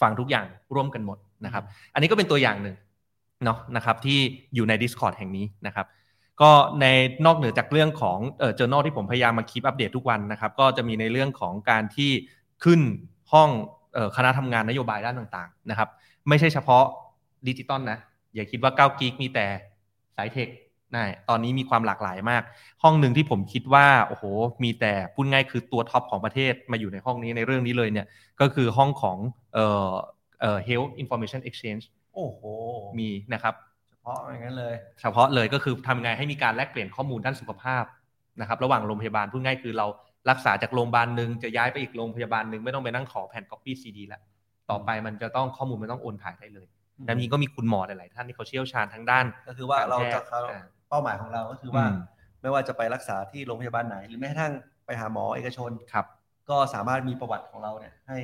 S1: ฟังทุกอย่างร่วมกันหมดนะครับ อันนี้ก็เป็นตัวอย่างหนึ่งเนาะนะครับที่อยู่ใน Discord แห่งนี้นะครับ ก็ในนอกเหนือจากเรื่องของเอ่อ journal ที่ผมพยายามมาคีปอัปเดตทุกวันนะครับ ก็จะมีในเรื่องของการที่ขึ้นห้องเอ่อคณะทำงานนโยบายด้านต่างๆนะครับ ไม่ใช่เฉพาะดิจิตอลนะ อย่าคิดว่า9กิกมีแต่สายเทคนะตอนนี้มีความหลากหลายมาก ห้องหนึ่งที่ผมคิดว่าโอ้โหมีแต่พูดง่ายคือตัวท็อปของประเทศมาอยู่ในห้องนี้ในเรื่องนี้เลยเนี่ยก็คือห้องของเอ่อเอ่อ health information exchange
S2: โอ้โห
S1: มีนะครับ
S2: เฉพาะอย่างนั้นเลย
S1: เฉพาะเลยก็คือทำยังไงให้มีการแลกเปลี่ยนข้อมูลด้านสุขภาพนะครับระหว่างโรงพยาบาลพูดง่ายคือเรารักษาจากโรงพยาบาลหนึ่งจะย้ายไปอีกโรงพยาบาลหนึ่งไม่ต้องไปนั่งขอแผ่น copy CD แล้วต่อไปมันจะต้องข้อมูลมันต้องโอนถ่ายได้เลยและมีก็มีคุณหมอหลาย ๆ ท่านที่เขาเชี่ยวชาญทั้งด้าน
S2: ก็คือว่าเราจะ
S1: การแพทย์
S2: เป้าหมายของเราก็คือว่า
S1: อืม
S2: ไม่ว่าจะไปรักษาที่โรงพยาบาลไหน หรือแม้กระทั่งไปหาหมอเอกชน
S1: ครับ
S2: ก็สามารถมีประวัติของเราเนี่ยให้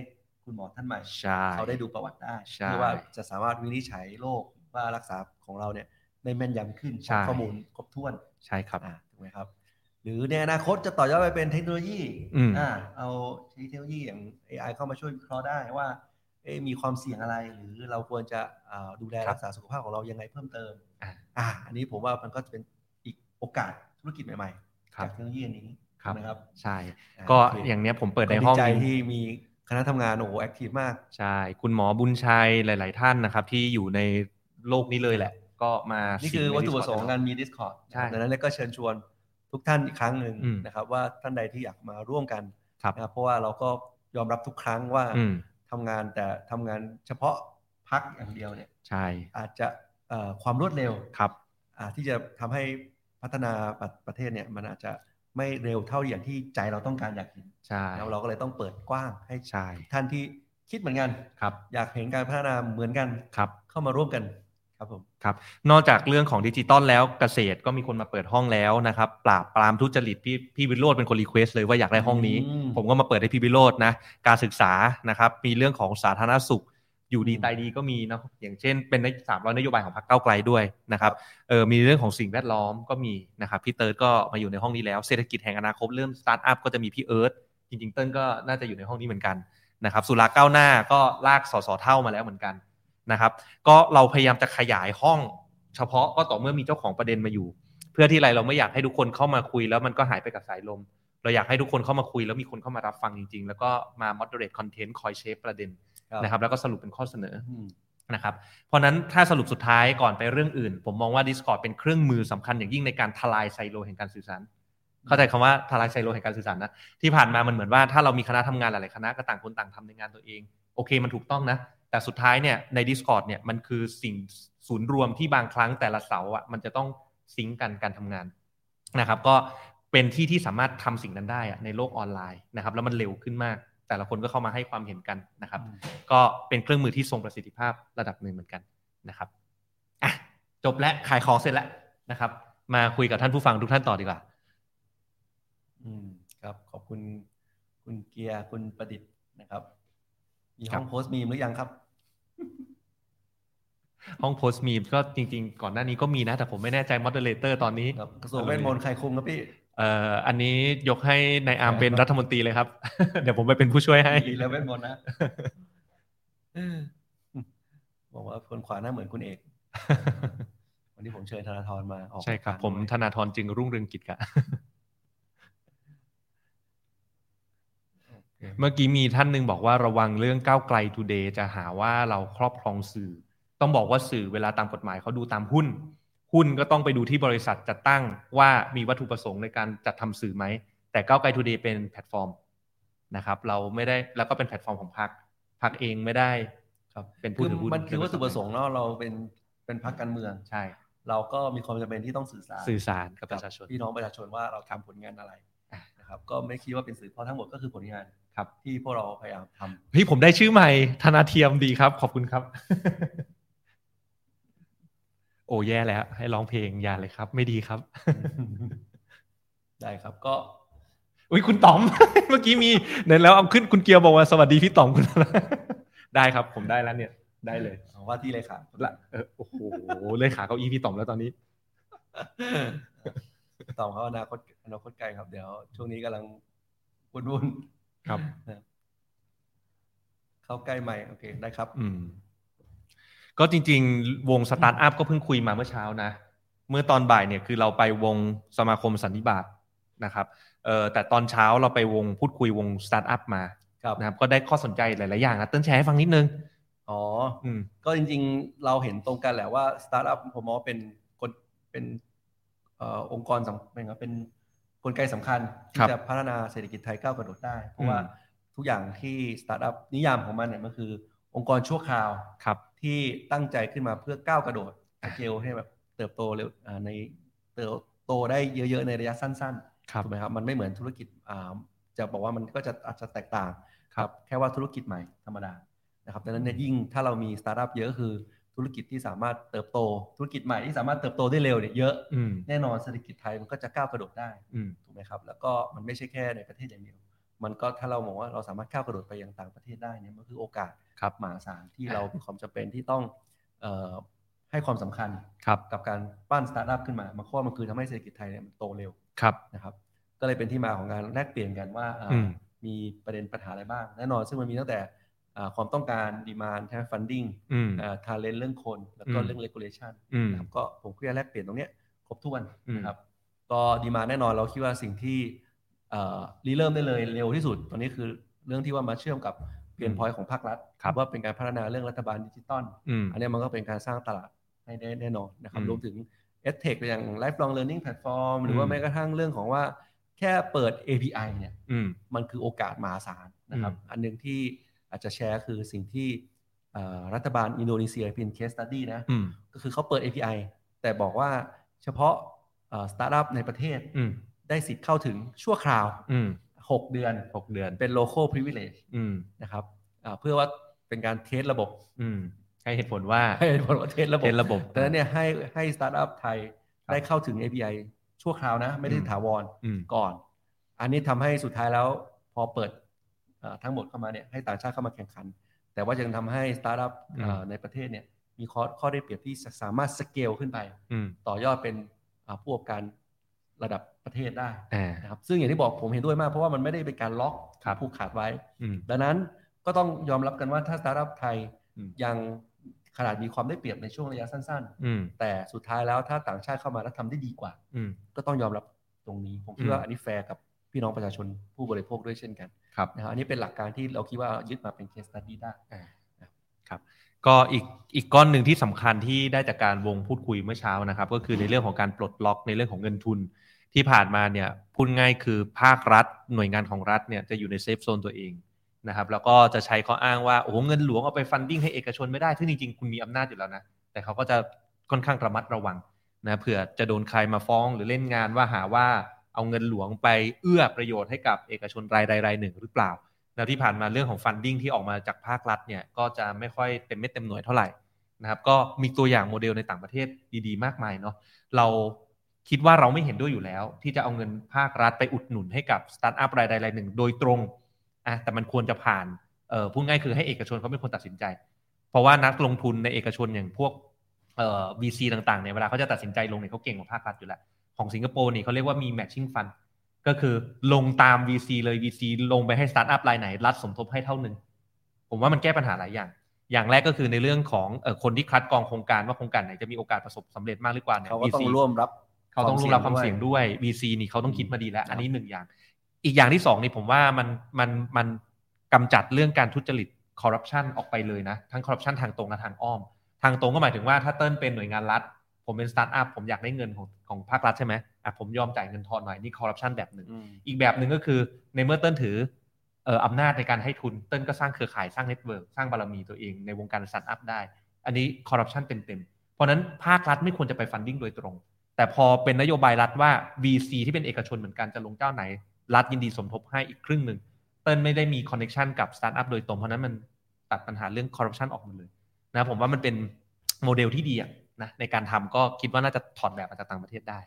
S2: คุณหมอท่านใหม่
S1: ใช่
S2: เขาได้ดูประวัติได้
S1: ใช่
S2: เพื่อว่าจะสามารถวินิจฉัยโรคว่ารักษาของเราเนี่ยได้แม่นยำขึ้น
S1: ใช่
S2: ข้อมูลครบถ้วน
S1: ใช่ครับ
S2: อ่าถูกไหมครับ หรือในอนาคตจะต่อยอดไปเป็นเทคโนโลยี
S1: อืม
S2: อ่าเอาเทคโนโลยีอย่าง AI เข้ามาช่วยวิเคราะห์ได้ว่าเอ๊ะมีความเสี่ยงอะไร หรือเราควรจะอ่าดูแลรักษาสุขภาพของเรายังไงเพิ่มเติมอ่าอันนี้ผมว่ามันก็จะเป็นอีกโอกาสธุรกิจใหม่ๆ
S1: ครั
S2: จา
S1: บ
S2: กเทคโนโลยีอันนี้
S1: ครับ
S2: นะครับ
S1: ใช่
S2: อ่า
S1: ก็
S2: โเค
S1: อย่างเนี้ยผมเปิด
S2: ก็
S1: ในห้อง
S2: ใจ
S1: นี้
S2: ที่มีคณะทำงานโอ้โหแอคทีฟมาก
S1: ใช่ คุณหมอบุญชัยหลาย ๆ ท่านนะครับ ที่อยู่ในโลกนี้เลยแหละ ก็มา
S2: นี่
S1: นี่
S2: คือวัตถุประสงค์ของการมี Discord
S1: ใช่
S2: ดังนั้นก็เชิญชวนทุกท่านอีกครั้งหนึ่ง
S1: อืม
S2: นะครับว่าท่านใดที่อยากมาร่วมกัน
S1: ครับ
S2: นะครับเพราะว่าเราก็ยอมรับทุกครั้งว่า
S1: อืม
S2: ทำงานแต่ทำงานเฉพาะพักอย่างเดียวเนี่ย
S1: ใช่
S2: อาจจะเอ่อความรวดเร็ว
S1: ครับ
S2: อ่าที่จะทำให้พัฒนาประประเทศเนี่ยมันอาจจะไม่เร็วเท่าอย่างที่ใจเราต้องการอยากเห็น
S1: ใช่
S2: แล้วเราก็เลยต้องเปิดกว้างให้
S1: ใช่
S2: ท่านที่คิดเหมือนกัน
S1: ครับ
S2: อยากเห็นการพัฒนาเหมือนกัน
S1: ครับ
S2: เข้ามาร่วมกันครับผม
S1: นอกจากเรื่องของดิจิตอลแล้วเกษตรก็มีคนมาเปิดห้องแล้วนะครับ ปราบปรามทุจริตพี่พี่วิโรธเป็นคนรีเควสเลยว่าอยากได้ห้องนี้
S2: อืม
S1: ผมก็มาเปิดให้พี่วิโรจน์นะการศึกษานะครับ มีเรื่องของสาธารณสุข อยู่ดี
S2: อืม
S1: ตายดีก็มีเนาะอย่างเช่น เป็นในสามร้อยนโยบายของพรรคเก้าวไกลด้วยนะครับเออมีเรื่องของสิ่งแวดล้อมก็มีนะครับพี่เติร์ดก็มาอยู่ในห้องนี้แล้วเศรษฐกิจแห่งอนาคตเริ่มสตาร์ทอัพก็จะมีพี่เอิร์ธจริงๆเติ้ลก็น่าจะอยู่ในห้องนี้เหมือนกันนะครับสุราก้าวหน้าก็ลากสสเท่ามาแล้วเหมือนกันนะครับ ก็เราพยายามจะขยายห้อง เฉพาะก็ต่อเมื่อมีเจ้าของประเด็นมาอยู่ เพื่อที่ไรเราไม่อยากให้ทุกคนเข้ามาคุยแล้วมันก็หายไปกับสายลม เราอยากให้ทุกคนเข้ามาคุยแล้วมีคนเข้ามารับฟังจริง ๆ แล้วก็มา moderate content คอยเชฟประเด็นนะครับแล้วก็สรุปเป็นข้อเสนอ
S2: อืม
S1: นะครับเพราะฉะนั้นถ้าสรุปสุดท้ายก่อนไปเรื่องอื่น ผมมองว่า Discord เป็นเครื่องมือสำคัญอย่างยิ่งในการทลายไซโลแห่งการสื่อสารเข้าใจคำว่าทลายไซโลแห่งการสื่อสารนะที่ผ่านมามันเหมือนว่าถ้าเรามีคณะทำงานหลายๆคณะก็ต่างคนต่างทำในงานตัวเอง โอเคมันถูกต้องนะ แต่สุดท้ายเนี่ยใน Discord เนี่ยมันคือสิ่งศูนย์รวมที่บางครั้งแต่ละเสาอ่ะมันจะต้องซิงก์กันการทำงานนะครับ ก็เป็นที่ที่สามารถทำสิ่งนั้นได้อะในโลกออนไลน์นะครับแล้วมันเร็วขึ้นมาก แต่ละคนก็เข้ามาให้ความเห็นกันนะครับ
S2: อืม
S1: ก็เป็นเครื่องมือที่ทรงประสิทธิภาพระดับหนึ่งเหมือนกันนะครับอ่ะจบและขายของเสร็จแล้วนะครับ มาคุยกับท่านผู้ฟังทุกท่านต่อดีกว่า
S2: อืมครับขอบคุณคุณเกียร์คุณประดิษฐ์นะครับ มี
S1: ครั
S2: ห้
S1: บ
S2: องโพสต์มีมหรือยังครับ
S1: ห้องโพสต์มีมก็จริง ๆ ก่อนหน้านี้ก็มีนะแต่ผมไม่แน่ใจมอดเลเตอร์ตอนนี้
S2: ครับกระทรวงเวทมนต์ใครคุมครับพี่
S1: เอ่ออันนี้ยกให้นายอาร์ม
S2: ใช่
S1: เป็นรัฐมนตรีเลยครับ (laughs) เดี๋ยวผมไปเป็นผู้ช่วยให้
S2: ดีแล้วเวทมนต์นะบอกว่าคนขวาหน้าเหมือนคุณเอก วันนี้ผมเชิญธนาธรมาออก
S1: ใช่ครับ
S2: ายกา
S1: ผม
S2: ด้วย
S1: ธนาธรจึงรุ่งเรืองกิจครับ เมื่อกี้มีท่านหนึ่งบอกว่าระวังเรื่องก้าวไกลทูเดย์จะหาว่าเราครอบครองสื่อ ต้องบอกว่าสื่อเวลาตามกฎหมายเขาดูตามหุ้น หุ้นก็ต้องไปดูที่บริษัทจัดตั้งว่ามีวัตถุประสงค์ในการจัดทำสื่อไหม แต่ก้าวไกลทูเดย์เป็นแพลตฟอร์มนะครับ เราไม่ได้แล้วก็เป็นแพลตฟอร์มของพรรคพรรคเองไม่ได้
S2: ครับ
S1: เป็นผู้
S2: คือ
S1: ถือหุ้น
S2: มันคือวัตถุประสงค์เนาะเราเป็นเป็นพรรคการเมือง
S1: ใช่
S2: เราก็มีความจำเป็นที่ต้องสื่อสาร
S1: สื่อสารกับประชาชน
S2: พี่น้องประชาชนว่าเราทำผลงานอะไร
S1: อ่ะ
S2: นะครับ ก็ไม่คิดว่าเป็นสื่อเพราะทั้งหมดก็คือผลงาน
S1: ครับ
S2: ที่พวกเราพยายามทำ
S1: พี่ผมได้ชื่อใหม่ธนาเทียมดีครับ ขอบคุณครับ (laughs) โอ้แย่แล้ว ให้ร้องเพลงอย่าเลยครับ ไม่ดีครับ (laughs)
S2: ได้ครับก็
S1: อุ้ยคุณต๋อม (laughs) เมื่อกี้มีไหนแล้วเอาขึ้นคุณเกียวบอกว่าสวัสดีพี่ต๋อมคุณ (laughs) ได้ครับ ผมได้แล้วเนี่ย ได้เลย
S2: ว่าที่เลยค่ะ (laughs)
S1: ละเออโอ้โหเลยขาเก้าอี้พี่ต๋อมแล้วตอนนี้
S2: ตอบเขาอนาคตอนาคตไกลครับเดี๋ยว ช่วงนี้กำลังวุ่น
S1: ครับ
S2: ๆเข้าใกล้ใหม่โอเคได้ครับ
S1: อืม ก็จริง ๆ วงสตาร์ทอัพก็เพิ่งคุยมาเมื่อเช้านะ เมื่อตอนบ่ายเนี่ยคือเราไปวงสมาคมสันนิบาตนะครับเอ่อแต่ตอนเช้าเราไปวงพูดคุยวงสตาร์ทอัพมา
S2: ครับ
S1: นะครับ ก็ได้ข้อสนใจหลาย ๆ อย่างนะเต้นแชร์ให้ฟังนิดนึง
S2: อ๋อ
S1: อืม
S2: ก็จริงๆ เราเห็นตรงกันแหละว่าสตาร์ทอัพผมมองว่าเป็นกลเป็นเอ่อองค์กรสำเป็นเป็นกลไกสำคัญ
S1: ครับ
S2: ที่จะพัฒนาเศรษฐกิจไทยก้าวกระโดดได้ เพ
S1: อื
S2: ราะ
S1: ม
S2: ว่าทุกอย่างที่สตาร์ทอัพนิยามของมันเนี่ยมันคือองค์กรชั่วคราว
S1: ครับ
S2: ที่ตั้งใจขึ้นมาเพื่อก้าวกระโดดส
S1: อ่ะ
S2: เกลให้แบบเติบโตเร็วอ่าในเติบโตได้เยอะๆ ในระยะสั้น
S1: ครับ
S2: ๆถูกไหมครับมันไม่เหมือนธุรกิจอ่าจะบอกว่ามันก็จะอาจจะแตกต่าง
S1: ค
S2: ค
S1: รั
S2: รับ บแค่ว่าธุรกิจใหม่ธรรมดานะครับดังนั้นเนี่ยยิ่งถ้าเรามีสตาร์ทอัพเยอะก็คือธุรกิจที่สามารถเติบโต ธุรกิจใหม่ที่สามารถเติบโตได้เร็วเนี่ยเยอะ
S1: อืม
S2: แน่นอนเศรษฐกิจไทยมันก็จะก้าวกระโดดได้
S1: อืม
S2: ถูกไหมครับแล้วก็มันไม่ใช่แค่ในประเทศอย่างเดียว มันก็ถ้าเรามองว่าเราสามารถก้าวกระโดดไปยังต่างประเทศได้เนี่ยมันคือโอกาส
S1: ครับ
S2: มหาศาลที่เรามีความจำเป็นที่ต้องเอ่อให้ความสำคัญ
S1: ครับ
S2: กับการปั้นสตาร์ทอัพขึ้นมามันข้อมันคือทำให้เศรษฐกิจไทยเนี่ยมันโตเร็ว
S1: ครับ
S2: นะครับก็เลยเป็นที่มาของการแลกเปลี่ยนกันว่าอ่า
S1: อืม
S2: มีประเด็นปัญหาอะไรบ้าง แน่นอนซึ่งมันมีตั้งแต่อ่าความต้องการดีมานใช่ไหมฟันดิ้ง
S1: อืม
S2: ทาเลนเรื่องคน แล้วก็
S1: อืม
S2: เรื่องเลกูเลชัน
S1: อืม
S2: นะครับก็ผมก็จะแลกเปลี่ยนตรงเนี้ยครบถ้วน
S1: อืม
S2: นะครับก็ดีมานแน่นอนเราคิดว่าสิ่งที่เอ่อรีเริ่มได้เลยเร็วที่สุด ตอนนี้คือเรื่องที่ว่ามาเชื่อมกับเปลี่ยนพอยของภาครัฐว่าเป็นการพัฒนาเรื่องรัฐบาลดิจิตอล
S1: อืม
S2: อันเนี้ยมันก็เป็นการสร้างตลาดให้ได้แน่นอนนะครับ
S1: อืม
S2: รวมถึง e d t e c h อย่าง lifelong learning platform หรือ
S1: อื
S2: ว่าม แม้กระทั่งเรื่องของว่าแค่เปิด API เนี่ย
S1: อืม
S2: มันคือโอกาสมหาศาลนะครับ อันหนึงที่อาจจะแชร์คือสิ่งที่เอ่อรัฐบาลอินโดนีเซียเป็น case study นะ
S1: อืม
S2: ก็คือเขาเปิด API แต่บอกว่าเฉพาะสตาร์ทอัพในประเทศ
S1: อืม
S2: ได้สิทธิ์เข้าถึงชั่วคราว
S1: อืม
S2: 6 เดือน
S1: หกเดือน
S2: เป็น local privilege
S1: อืม
S2: นะครับอ่าเพื่อว่าเป็นการเทสระบบ (laughs)
S1: อืม ให้เหตุผลว่า
S2: ให้ผลว่าเทสระบบ
S1: เป็นระบบ
S2: ดังนั้นเนี่ยให้ให้สตาร์ทอัพไทย
S1: ครับ
S2: ได้เข้าถึง API ชั่วคราวนะ ไม่ได้
S1: อืม
S2: ถาวร
S1: อืม
S2: ก่อน อันนี้ทำให้สุดท้ายแล้วพอเปิดเอ่อทั้งหมดเข้ามาเนี่ยให้ต่างชาติเข้ามาแข่งขัน แต่ว่ายังทำให้สตาร์ทอัพ
S1: อืม
S2: เอ่อในประเทศเนี่ยมีข้อข้อได้เปรียบที่สามารถสเกลขึ้นไป
S1: อืม
S2: ต่อยอดเป็นเอ่อผู้ประกอบการระดับประเทศได้
S1: อ่า
S2: นะครับซึ่งอย่างที่บอกผมเห็นด้วยมากเพราะว่ามันไม่ได้เป็นการล็อก
S1: ครับ
S2: ผูกขาดไว้
S1: อืม
S2: ดังนั้นก็ต้องยอมรับกันว่าถ้าสตาร์ทอัพไทย
S1: อืม
S2: ยังขนาดมีความได้เปรียบในช่วงระยะสั้น ๆ
S1: อืม
S2: แต่สุดท้ายแล้วถ้าต่างชาติเข้ามาแล้วทำได้ดีกว่า
S1: อืม
S2: ก็ต้องยอมรับตรงนี้ ผมคิ
S1: อื
S2: ด
S1: ม
S2: ว่าอันนี้แฟร์กับพี่น้องประชาชนผู้บริโภคด้วยเช่นกัน
S1: ครับ
S2: นะฮะอันนี้เป็นหลักการที่เราคิดว่ายึดมาเป็น case study ได้
S1: ก็อีกอีกก้อนหนึ่งที่สำคัญที่ได้จากการวงพูดคุยเมื่อเช้านะครับ ก็คือในเรื่องของการปลดล็อกในเรื่องของเงินทุนที่ผ่านมาเนี่ยพูดง่ายคือภาครัฐ หน่วยงานของรัฐเนี่ยจะอยู่ในเซฟโซนตัวเองนะครับ แล้วก็จะใช้ข้ออ้างว่าโอ้โหเงินหลวงเอาไปฟันดิ้งให้เอกชนไม่ได้ซึ่งจริงๆคุณมีอำนาจอยู่แล้วนะ แต่เขาก็จะค่อนข้างระมัดระวังนะเผื่อจะโดนใครมาฟ้องหรือเล่นงานว่าหาว่าเอาเงินหลวงไปเอื้อประโยชน์ให้กับเอกชนรายใดรายหนึ่งหรือเปล่า แล้วที่ผ่านมาเรื่องของฟันดิ้งที่ออกมาจากภาครัฐเนี่ยก็จะไม่ค่อยเต็มเม็ดเต็มหน่วยเท่าไหร่นะครับก็มีตัวอย่างโมเดลในต่างประเทศดีๆ มากมายเนาะเราคิดว่าเราไม่เห็นด้วยอยู่แล้ว ที่จะเอาเงินภาครัฐไปอุดหนุนให้กับสตาร์ทอัพรายใดรายหนึ่งโดยตรงอ่ะแต่มันควรจะผ่านเอ่อพูดง่ายคือให้เอกชนเขาเป็นคนตัดสินใจ เพราะว่านักลงทุนในเอกชนอย่างพวกเอ่อ VC ต่างๆเนี่ยเวลาเขาจะตัดสินใจลงเนี่ยเขาเก่งกว่าภาครัฐอยู่แล้ว ของสิงคโปร์นี่เขาเรียกว่ามี matching fund ก็คือลงตาม VC เลย VC ลงไปให้สตาร์ทอัพรายไหน รัฐสมทบให้เท่าหนึ่ง ผมว่ามันแก้ปัญหาหลายอย่าง อย่างแรกก็คือในเรื่องของเอ่อคนที่คัดกรองโครงการว่าโครงการไหนจะมีโอกาสประสบสำเร็จมากหรือเปล่าเนี่ย
S2: เขาก็ต้อง
S1: VC
S2: ร่วมรับ
S1: เขาต้องรู้รับความเสี่ยง
S2: ด้
S1: ด้วย VC นี่เขาต้องคิดมาดีแล้ว
S2: ครับ
S1: อันนี้หนึ่งอย่าง อีกอย่างที่สองนี่ผมว่ามันมันมันกำจัดเรื่องการทุจริตคอร์รัปชันออกไปเลยนะ ทั้งคอร์รัปชันทางตรงและทางอ้อม ทางตรงก็หมายถึงว่าถ้าเติ้ลเป็นหน่วยงานรัฐ ผมเป็นสตาร์ทอัพผมอยากได้เงินของของภาครัฐใช่ไหมอ่ะผมยอมจ่ายเงินทอนหน่อยนี่คอร์รัปชันแบบหนึ่ง
S2: อืม
S1: อีกแบบหนึ่งก็คือในเมื่อเติ้ลถือเอ่ออำนาจในการให้ทุน เติ้ลก็สร้างเครือข่ายสร้างเน็ตเวิร์กสร้างบารมีตัวเองในวงการสตาร์ทอัพได้ อันนี้คอร์รัปชันเต็มๆเพราะฉะนั้นภาครัฐไม่ควรจะไปฟันดิ้งโดยตรง แต่พอเป็นนโยบายรัฐว่า VC ที่เป็นเอกชนเหมือนกันจะลงเจ้าไหน รัฐยินดีสมทบให้อีกครึ่งหนึ่งเติ้ลไม่ได้มีคอนเน t ชันกับสตาร์ทอัพโดยตรงเพราะฉะนั้นมันตัดปัญหาเรื่องคอร์รัปชันออกหมดเลยนะผมว่ามันเป็นโมเดลที่ดีอะนะในการทำก็คิดว่าน่าจะถอดแบบมาจากต่างประเทศได้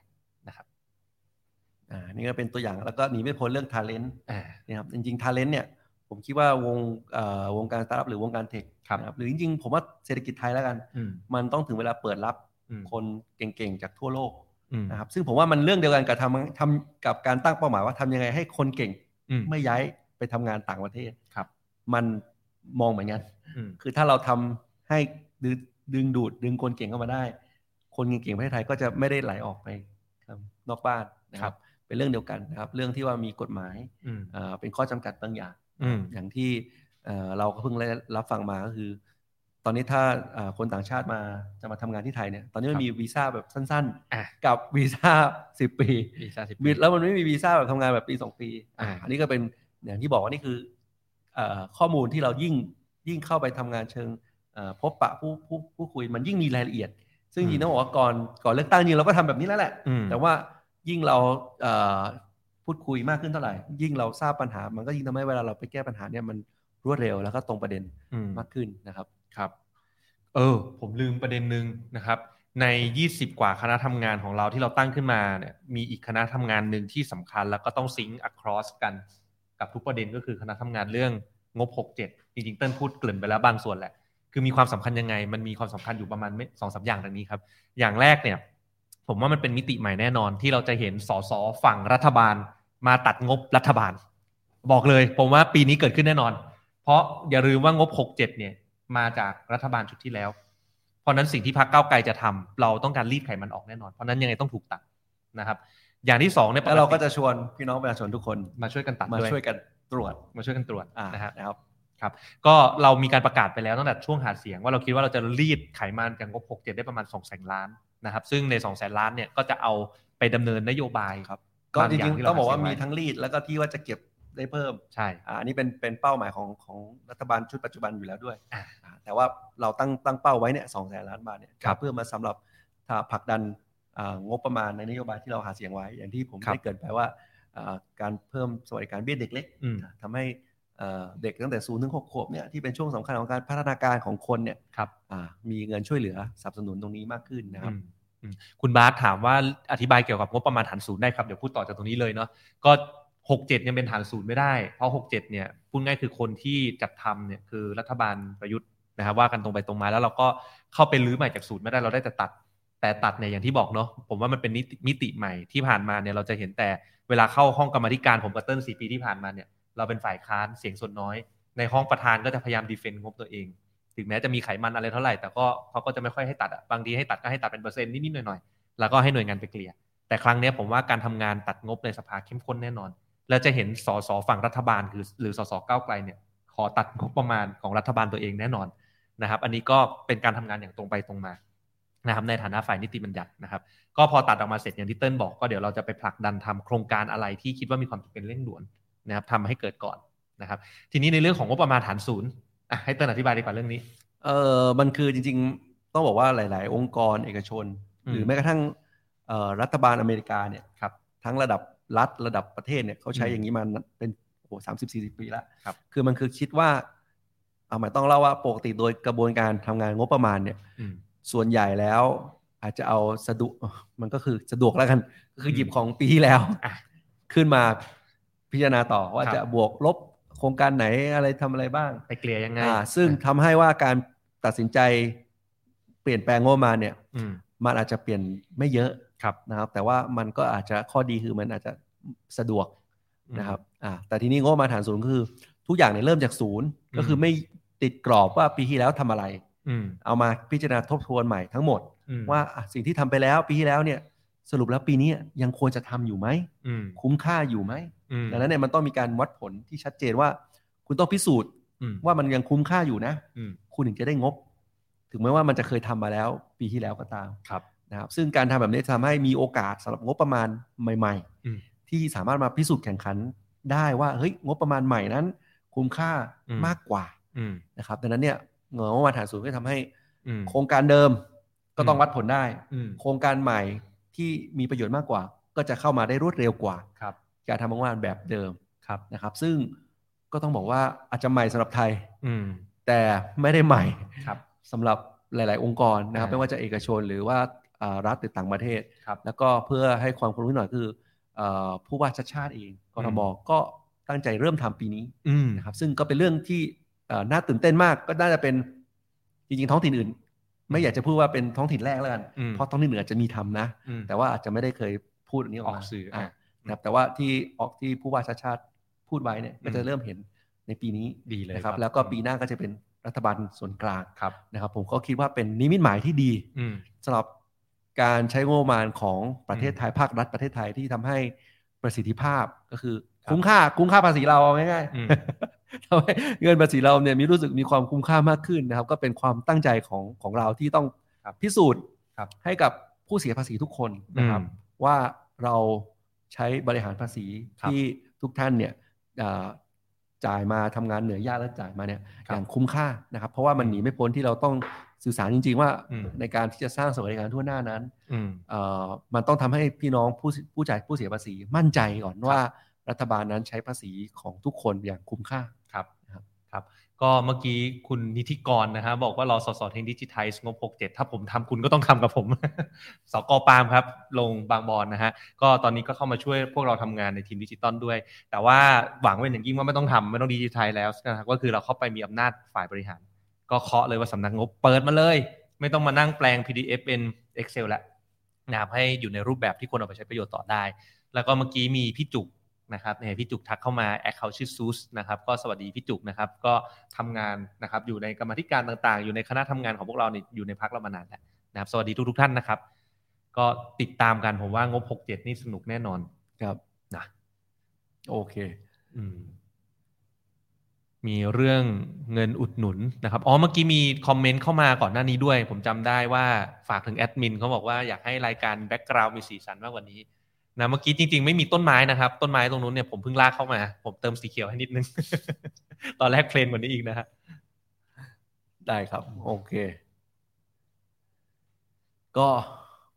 S2: อ่านี่ก็เป็นตัวอย่างแล้วก็หนีไม่พ้นเรื่องทาเลน
S1: อ่า
S2: นะครับจริงๆ talent เนี่ยผมคิดว่าวงเอ่อวงการสตาร์ทอัพหรือวงการเทค
S1: ครับ
S2: นะหรือจริงๆ ผมว่าเศรษฐกิจไทยแล้วกัน
S1: อืม
S2: มันต้องถึงเวลาเปิดรับ
S1: อืม
S2: คนเก่งๆ จากทั่วโลก
S1: อืม
S2: นะครับซึ่งผมว่ามันเรื่องเดียวกันกับทำทำกับการตั้งเป้าหมายว่าทำยังไงให้คนเก่ง
S1: อืม
S2: ไม่ย้ายไปทำงานต่างประเทศ
S1: ครับ
S2: มันมองเหมือนกัน
S1: อืม
S2: คือถ้าเราทำให้ดึงดึงดูดดึงคนเก่งเข้ามาได้ คนเก่งๆประเทศไทยก็จะไม่ได้ไหลออกไปครับนอกบ้านนะค
S1: ครั
S2: รับ บเป็นเรื่องเดียวกันนะครับเรื่องที่ว่ามีกฎหมาย
S1: อืม
S2: เอ่อเป็นข้อจำกัดบางอย่าง
S1: อืม
S2: อย่างที่เอ่อเราก็เพิ่งได้รับฟังมาก็คือ ตอนนี้ถ้าเอ่อคนต่างชาติมาจะมาทำงานที่ไทยเนี่ยตอนนี้มั
S1: ครั
S2: น
S1: บ
S2: มีวีซ่าแบบสั้น
S1: อ่ะ
S2: ๆ กับวีซ่า 10 ปี
S1: อีกสามสิบ
S2: มี
S1: ปี
S2: แล้วมันไม่มีวีซ่าแบบทำงานแบบปี 2 ปี
S1: อ่า
S2: อันนี้ก็เป็นอย่างที่บอกว่านี่คือเอ่อข้อมูลที่เรายิ่งยิ่งเข้าไปทำงานเชิงเอ่อพบปะผู้ผู้ผู้คุยมันยิ่งมีรายละเอียด ซึ่งจริงๆต้องบอกว่าก่อนก่อนเลือกตั้งจริงเราก็ทำแบบนี้แล้วแหละ
S1: อืม
S2: แต่ว่ายิ่งเราเอ่อพูดคุยมากขึ้นเท่าไหร่ ยิ่งเราทราบปัญหา มันก็ยิ่งทำให้เวลาเราไปแก้ปัญหาเนี่ยมันรวดเร็วแล้วก็ตรงประเด็น
S1: อืม
S2: มากขึ้นนะครับ
S1: ครับ เออ ผมลืมประเด็นหนึ่งนะครับ ในยี่สิบกว่าคณะทำงานของเราที่เราตั้งขึ้นมาเนี่ย มีอีกคณะทำงานหนึ่งที่สำคัญแล้วก็ต้องซิงค์ across กันกับทุกประเด็นก็คือคณะทำงานเรื่องงบหกเจ็ดจริงๆเติ้ลพูดเกริ่นไปแล้วบางส่วนแหละ คือมีความสำคัญยังไง มันมีความสำคัญอยู่ประมาณไม่สองสามอย่างดังนี้ครับ อย่างแรกเนี่ย ผมว่ามันเป็นมิติใหม่แน่นอนที่เราจะเห็นสสฝั่งรัฐบาล มาตัดงบรัฐบาล บอกเลย ผมว่าปีนี้เกิดขึ้นแน่นอน เพราะอย่าลืมว่างบ 67 เนี่ย มาจากรัฐบาลชุดที่แล้ว เพราะฉะนั้นสิ่งที่พรรคก้าวไกลจะทำเราต้องการรีดไขมันออกแน่นอน เพราะฉะนั้นยังไงต้องถูกตัดนะครับ อย่างที่สองเนี่ย
S2: แล้วเราก็
S1: ปติ
S2: จะชวนพี่น้องประชาชนทุกคน
S1: มาช่วยกันตัด
S2: มา
S1: ด้วย
S2: ช่วยกันตรวจ
S1: มาช่วยกันตรวจ
S2: อ่า
S1: นะฮะ
S2: นะครับ
S1: ก็เรามีการประกาศไปแล้วตั้งแต่ช่วงหาเสียงว่าเราคิดว่าเราจะรีดไขมันจากงบ 67 ได้ประมาณ 2 แสนล้านนะครับ ซึ่งใน 2 แสนล้านเนี่ยก็จะเอาไปดำเนินนโยบาย
S2: ครับ ก็จริงๆต้องบอกว่ามี
S1: บ
S2: ทั้งรีดแล้วก็ที่ว่าจะเก็บได้เพิ่ม
S1: ใช่
S2: อ่าอันนี้เป็นเป็นเป้าหมายของของรัฐบาลชุดปัจจุบันอยู่แล้วด้วย
S1: อ่า
S2: อ่าแต่ว่าเราตั้งตั้งเป้าไว้เนี่ยสองแสนล้านบาทเนี่ย
S1: ครับ
S2: เพื่อมาสำหรับถ้าผลักดันอ่างบประมาณในนโยบายที่เราหาเสียงไว้ อย่างที่ผมได้เกรินไปว่าอ่าการเพิ่มสวัสดิการเบี้ยเด็กเล็ก
S1: อืม
S2: ทำให้เอ่อเด็กตั้งแต่ศูนย์ถึงหกขวบเนี่ยที่เป็นช่วงสำคัญของการพัฒนาการของคนเนี่ย
S1: ครับ
S2: อ่ามีเงินช่วยเหลือสนับสนุนตรงนี้มากขึ้นนะครับ
S1: อืมอืมคุณบาสถามว่าอธิบายเกี่ยวกับงบประมาณฐานศูนย์ได้ครับ เดี๋ยวพูดต่อจากตรงนี้เลยเนาะก็ 67 ยังเป็นฐานศูนย์ไม่ได้ เพราะ 67 เนี่ยพูดง่ายคือคนที่จัดทำเนี่ยคือรัฐบาลประยุทธ์นะครับว่ากันตรงไปตรงมาแล้วเราก็เข้าไปรื้อใหม่จากศูนย์ไม่ได้เราได้แต่ตัด แต่ตัดเนี่ยอย่างที่บอกเนาะผมว่ามันเป็นนิติมิติใหม่ที่ผ่านมาเนี่ยเราจะเห็นแต่เวลาเข้าห้องกรรมาธิการผมกับเติ้ลสี่ปีที่ผ่านมาเนี่ยเราเป็นฝ่ายค้านเสียงส่วนน้อย ในห้องประธานก็จะพยายามดีเฟนต์งบตัวเอง ถึงแม้จะมีไขมันอะไรเท่าไหร่แต่ก็เขาก็จะไม่ค่อยให้ตัดอะบางทีให้ตัดก็ให้ตัดเป็นเปอร์เซ็นต์นิดๆหน่อยๆแล้วก็ให้หน่วยงานไปเคลียร์แต่ครั้งเนี้ยผมว่าการทำงานตัดงบในสภาเข้มข้นแน่นอน และจะเห็นสสฝั่งรัฐบาลหรือหรือสสก้าวไกลเนี่ยขอตัดงบประมาณของรัฐบาลตัวเองแน่นอน นะครับอันนี้ก็เป็นการทำงานอย่างตรงไปตรงมานะครับในฐานะฝ่ายนิติบัญญัตินะครับ ก็พอตัดออกมาเสร็จอย่างที่เติ้ลบอกก็เดี๋ยวเราจะไปผลักดันทำโครงการอะไรที่คิดว่ามีความจำเป็นเร่งด่วนนะครับทำให้เกิดก่อนนะครับ ทีนี้ในเรื่องของงบประมาณฐานศูนย์อ่ะให้เติ้ลอธิบายดีกว่าเรื่องนี้
S2: เออมันคือจริงๆ ต้องบอกว่าหลาย ๆ องค์กรเอกชน
S1: อืม
S2: หรือแม้กระทั่งเอ่อรัฐบาลอเมริกาเนี่ย
S1: ครับ
S2: ทั้งระดับรัฐระดับประเทศเนี่ยเขาใช้
S1: อืม
S2: อย่างนี้มาเป็นโอ้สามสิบสี่สิบปีละ
S1: ครับ
S2: คือมันคือคิดว่าเอาหมายต้องเล่าว่าปกติโดยกระบวนการทำงานงบประมาณเนี่ย
S1: อืม
S2: ส่วนใหญ่แล้ว อาจจะเอาสะดวกมันก็คือสะดวกแล้วกันก็คืออ
S1: ม
S2: หยิบของปีที่แล้ว
S1: อ่ะ
S2: ขึ้นมาพิจารณาต่อว่า
S1: ครับ
S2: จะบวกลบโครงการไหนอะไรทำอะไรบ้าง
S1: ไปเกลียร์ยังไง
S2: อ่าซึ่งทำให้ว่าการตัดสินใจเปลี่ยนแปลงงบประมาณเนี่ย
S1: อืม
S2: มันอาจจะเปลี่ยนไม่เยอะ
S1: ครับ
S2: นะครับ แต่ว่ามันก็อาจจะข้อดีคือมันอาจจะสะดวก
S1: อืม
S2: นะครับอ่าแต่ทีนี้งบประมาณฐานศูนย์ก็คือ ทุกอย่างเนี่ยเริ่มจากศูนย์
S1: อืม
S2: ก็คือไม่ติดกรอบว่าปีที่แล้วทำอะไร
S1: อืม
S2: เอามาพิจารณาทบทวนใหม่ทั้งหมด
S1: อืม
S2: ว่าอ่ะสิ่งที่ทำไปแล้วปีที่แล้วเนี่ยสรุปแล้วปีนี้ยังควรจะทำอยู่ไหม
S1: อืม
S2: คุ้มค่าอยู่ไหม
S1: อืม
S2: ดังนั้นเนี่ยมันต้องมีการวัดผลที่ชัดเจนว่า คุณต้องพิสูจน์
S1: อืม
S2: ว่ามันยังคุ้มค่าอยู่นะ
S1: อืม
S2: คุณถึงจะได้งบ ถึงแม้ว่ามันจะเคยทำมาแล้ว ปีที่แล้วก็ตาม
S1: ครับ
S2: นะครับซึ่งการทำแบบนี้ทำให้มีโอกาสสำหรับงบประมาณใหม่
S1: อืม
S2: ๆ ที่สามารถมาพิสูจน์แข่งขันได้ว่าเฮ้ยงบประมาณใหม่นั้น คุ้มค่า
S1: อืม
S2: มากกว่า
S1: อืม
S2: นะครับดังนั้นเนี่ยเงินงบประมาณฐานศูนย์ก็ทำให้
S1: อืม
S2: โครงการเดิมก็ต้อง
S1: อืม
S2: วัดผลได้
S1: อืม
S2: โครงการใหม่ที่มีประโยชน์มากกว่า ก็จะเข้ามาได้รวดเร็วกว่า
S1: ครับ
S2: การทำงบประมาณแบบเดิม
S1: ครับ
S2: นะครับ ซึ่งก็ต้องบอกว่าอาจจะใหม่สำหรับไทย
S1: อืม
S2: แต่ไม่ได้ใหม่
S1: ครับ
S2: สำหรับหลาย ๆ องค์กรนะครับ
S1: อ่า
S2: ไม่ว่าจะเอกชนหรือว่าอ่ารัฐหรือต่างประเทศ
S1: ครับ
S2: แล้วก็เพื่อให้ความรู้หน่อยคือเอ่อผู้ว่าชาติชาติเองกทม
S1: อืม
S2: ก็ตั้งใจเริ่มทำปีนี้
S1: อืม
S2: นะครับซึ่งก็เป็นเรื่องที่เอ่อน่าตื่นเต้นมาก ก็น่าจะเป็นจริง ๆ ท้องถิ่นอื่น ไม่อยากจะพูดว่าเป็นท้องถิ่นแรกแล้วกัน
S1: อืม
S2: เพราะท้องถิ่นอื่นอาจจะมีทำนะ
S1: อืม
S2: แต่ว่าอาจจะไม่ได้เคยพูดอันนี้ออ
S1: อ
S2: กมา
S1: อกสื่ออ่ะ
S2: นะครับแต่ว่าที่ออกที่ผู้ว่าชาติชาติพูดไว้เนี่ยก็
S1: อืม
S2: จะเริ่มเห็นในปีนี้
S1: ดีเลย
S2: นะครับแล้วก็ปีหน้าก็จะเป็นรัฐบาลส่วนกลาง
S1: ครับ
S2: นะครับผมก็คิดว่าเป็นนิมิตหมายที่ดี
S1: อืม
S2: สำหรับการใช้งบประมาณของประเทศไทยภาครัฐประเทศไทยที่ทำให้ประสิทธิภาพก็คือ
S1: ครับ
S2: คุ้มค่าคุ้มค่าภาษีเราเอาง่าย
S1: อืม
S2: ๆ (laughs) ทำให้เงินภาษีเราเนี่ยมีรู้สึกมีความคุ้มค่ามากขึ้นนะครับ ก็เป็นความตั้งใจของของเราที่ต้อง
S1: ครับ
S2: พิสูจน์
S1: ครับ
S2: ให้กับผู้เสียภาษีทุกคนนะครับ
S1: อืม
S2: ว่าเราใช้บริหารภาษี
S1: ครับ
S2: ที่ทุกท่านเนี่ยอ่าจ่ายมาทำงานเหนือยากและจ่ายมาเนี่ย
S1: ค
S2: อ
S1: รับ
S2: ย่างคุ้มค่านะครับ เพราะว่ามันหนีไม่พ้นที่เราต้องสื่อสารจริง ๆ ว่า
S1: อืม
S2: ในการที่จะสร้างสวัสดิการทั่วหน้านั้น
S1: อืม
S2: เอ่อมันต้องทำให้พี่น้องผู้ผู้จ่ายผู้เสียภาษีมั่นใจก่อนว่า รัฐบาลนั้นใช้ภาษีของทุกคนอย่างคุ้มค่า
S1: ครับ
S2: ครับ
S1: ครับ ก็เมื่อกี้คุณนิติกรนะฮะบอกว่ารอสอสอเทงดิจิทัลงบ67 ถ้าผมทำคุณก็ต้องทำกับผม (laughs) สกปาล์มครับ ลงบางบอนนะฮะ ก็ตอนนี้ก็เข้ามาช่วยพวกเราทำงานในทีมดิจิตอลด้วย แต่ว่าหวังไว้อย่างยิ่งว่าไม่ต้องทำไม่ต้องดิจิทัลแล้วนะครับก็คือเราเข้าไปมีอำนาจฝ่ายบริหาร ก็เคาะเลยว่าสำนักงบเปิดมาเลย ไม่ต้องมานั่งแปลง PDF เป็น Excel แล้วนะครับให้อยู่ในรูปแบบที่คนเอาไปใช้ประโยชน์ต่อได้ แล้วก็เมื่อกี้มีพี่จุกนะครับเนี่ยพี่จุกทักเข้ามาแอคเคาชื่อซูสนะครับก็สวัสดีพี่จุกนะครับก็ทำงานนะครับอยู่ในกรรมาธิการต่างๆ อยู่ในคณะทำงานของพวกเราเนี่ยอยู่ในพักเรามานานแล้วนะครับสวัสดีทุกๆท่านนะครับ ก็ติดตามกันผมว่างบ 67 นี่สนุกแน่นอน
S2: ครับ
S1: นะ
S2: โอเค
S1: อืมมีเรื่องเงินอุดหนุนนะครับ อ๋อ เมื่อกี้มีคอมเมนต์เข้ามาก่อนหน้านี้ด้วย ผมจำได้ว่าฝากถึงแอดมินเขาบอกว่าอยากให้รายการแบ็กกราวมีสีสันมากกว่านี้นะเมื่อกี้จริง ๆ ไม่มีต้นไม้นะครับ ต้นไม้ตรงนู้นเนี่ยผมเพิ่งลากเข้ามา ผมเติมสีเขียวให้นิดนึง (laughs) ตอนแรกเพลนกว่านี้อีกนะฮะ
S2: ได้ครับ โอเค ก็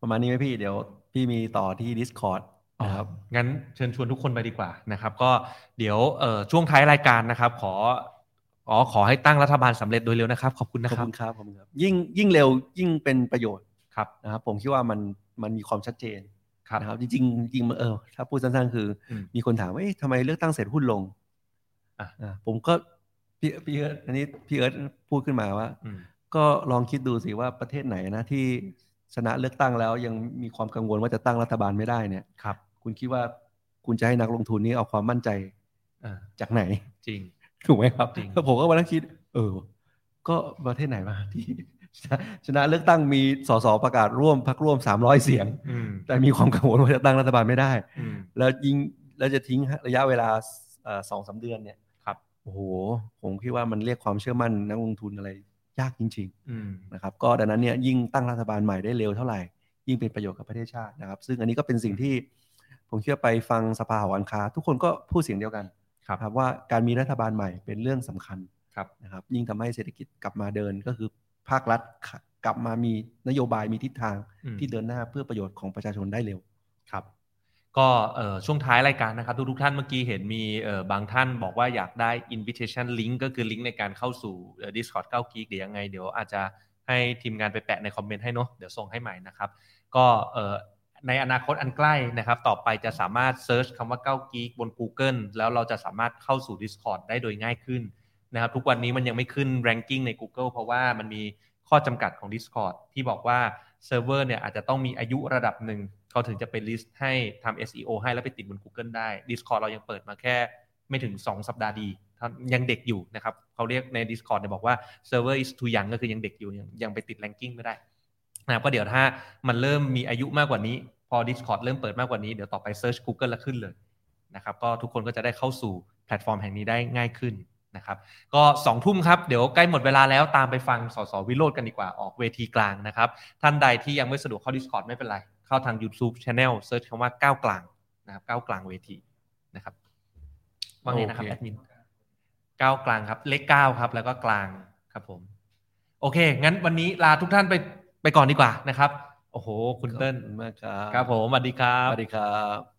S2: ประมาณนี้ไหมพี่ เดี๋ยวพี่มีต่อที่ Discord นะครับ
S1: งั้นเชิญชวนทุกคนไปดีกว่านะครับ ก็เดี๋ยวเอ่อช่วงท้ายรายการนะครับ ขออ๋อขอให้ตั้งรัฐบาลสำเร็จโดยเร็วนะครับ ขอบคุณนะ
S2: ขอบ
S1: ครับ
S2: คุณครับขอบคุณครับ ยิ่งยิ่งเร็วยิ่งเป็นประโยชน์
S1: ครับ
S2: นะครับ ผมคิดว่ามันมันมีความชัดเจน
S1: ครับ
S2: นะครับ จริงๆจริงๆเออถ้าพูดสั้นๆ คือ
S1: อืม
S2: มีคนถามว่าเอ๊ะทำไมเลือกตั้งเสร็จหุ้นลง
S1: อ่ะ
S2: อ่ะผมก็พี่พี่เอิร์ธอันนี้พี่เอิร์ธพูดขึ้นมาว่า
S1: อืม
S2: ก็ลองคิดดูสิว่าประเทศไหนนะที่ชนะเลือกตั้งแล้วยังมีความกังวลว่าจะตั้งรัฐบาลไม่ได้เนี่ย
S1: ครับ
S2: คุณคิดว่าคุณจะให้นักลงทุนนี่เอาความมั่นใจ
S1: อ่า
S2: จากไหน
S1: จริง
S2: (laughs) ถูกไหมครับ
S1: จริง
S2: แล้วผมก็มานั่งคิด เออ ก็ประเทศไหนมาที่ชนะชนะเลือกตั้งมีสสประกาศร่วมพักร่วม 300 เสียง
S1: อืม
S2: แต่มีความกังวลว่าจะตั้งรัฐบาลไม่ได้
S1: อืม
S2: แล้วยิงแล้วจะทิ้งระยะเวลาเอ่อสองสามเดือนเนี่ย
S1: ครับ
S2: โอ้โห ผมคิดว่ามันเรียกความเชื่อมั่นนักลงทุนอะไรยากจริง
S1: อืม
S2: ๆ นะครับ ก็ดังนั้นเนี่ยยิ่งตั้งรัฐบาลใหม่ได้เร็วเท่าไหร่ ยิ่งเป็นประโยชน์กับประเทศชาตินะครับ ซึ่งอันนี้ก็เป็นสิ่งที่ผมเชื่อไปฟังสภาหอการค้า ทุกคนก็พูดเสียงเดียวกัน
S1: ครับ
S2: ครับว่าการมีรัฐบาลใหม่เป็นเรื่องสำคัญ
S1: ครับ
S2: นะครับ ยิ่งทำให้เศรษฐกิจกลับมาเดินก็คือภาครัฐกลับมามีนโยบายมีทิศทาง
S1: อืม
S2: ที่เดินหน้าเพื่อประโยชน์ของประชาชนได้เร็ว
S1: ครับ ก็เอ่อช่วงท้ายรายการนะครับ ทุกทุกๆท่านเมื่อกี้เห็นมีเอ่อบางท่านบอกว่าอยากได้ invitation link ก็คือลิงก์ในการเข้าสู่เอ่อ Discord 9 g e e k เดี๋ยวยังไง เดี๋ยวอาจจะให้ทีมงานไปแปะในคอมเมนต์ให้เนาะเดี๋ยวส่งให้ใหม่นะครับ ก็เอ่อในอนาคตอันใกล้นะครับ ต่อไปจะสามารถ search คำว่า9 g e e k บน Google แล้วเราจะสามารถเข้าสู่ Discord ได้โดยง่ายขึ้น นะครับทุกวันนี้มันยังไม่ขึ้น ranking ใน Google เพราะว่ามันมีข้อจำกัดของ Discord ที่บอกว่าเซิร์ฟเวอร์เนี่ยอาจจะต้องมีอายุระดับหนึ่ง เขาถึงจะเป็นลิสต์ให้ทำ SEO ให้แล้วไปติดบน Google ได้ Discord เรายังเปิดมาแค่ไม่ถึง 2 สัปดาห์ดีถ้ายังเด็กอยู่นะครับเขาเรียกใน Discord เนี่ยบอกว่า server is too young ก็คือยังเด็กอยู่ยังยังไปติด ranking ไม่ได้นะครับก็เดี๋ยวถ้ามันเริ่มมีอายุมากกว่านี้ พอ Discord เริ่มเปิดมากกว่านี้เดี๋ยวต่อไป search Google แล้วขึ้นเลยนะครับก็ทุกคนก็จะได้เข้าสู่แพลตฟอร์มแห่งนี้ได้ง่ายขึ้น นะครับ ก็สองทุ่มครับเดี๋ยวใกล้หมดเวลาแล้วตามไปฟังสสวิโรจน์กันดีกว่าออกเวทีกลางนะครับ ท่านใดที่ยังไม่สะดวกเข้า Discord ไม่เป็นไร เข้าทาง YouTube Channel เซิร์ชคำว่าก้าวกลางนะครับก้าวกลางเวทีนะครับว่าไงนะครับ
S2: โอเค
S1: แอดมินก้าวกลางครับ เลขเก้าครับ แล้วก็กลางครับผม โอเค งั้นวันนี้ลาทุกท่านไปไปก่อนดีกว่านะครับ โอ้โห คุณเติ้ล
S2: มากครับ
S1: ครับผมสวัสดีครั
S2: ส
S1: บ
S2: วัสดีครับ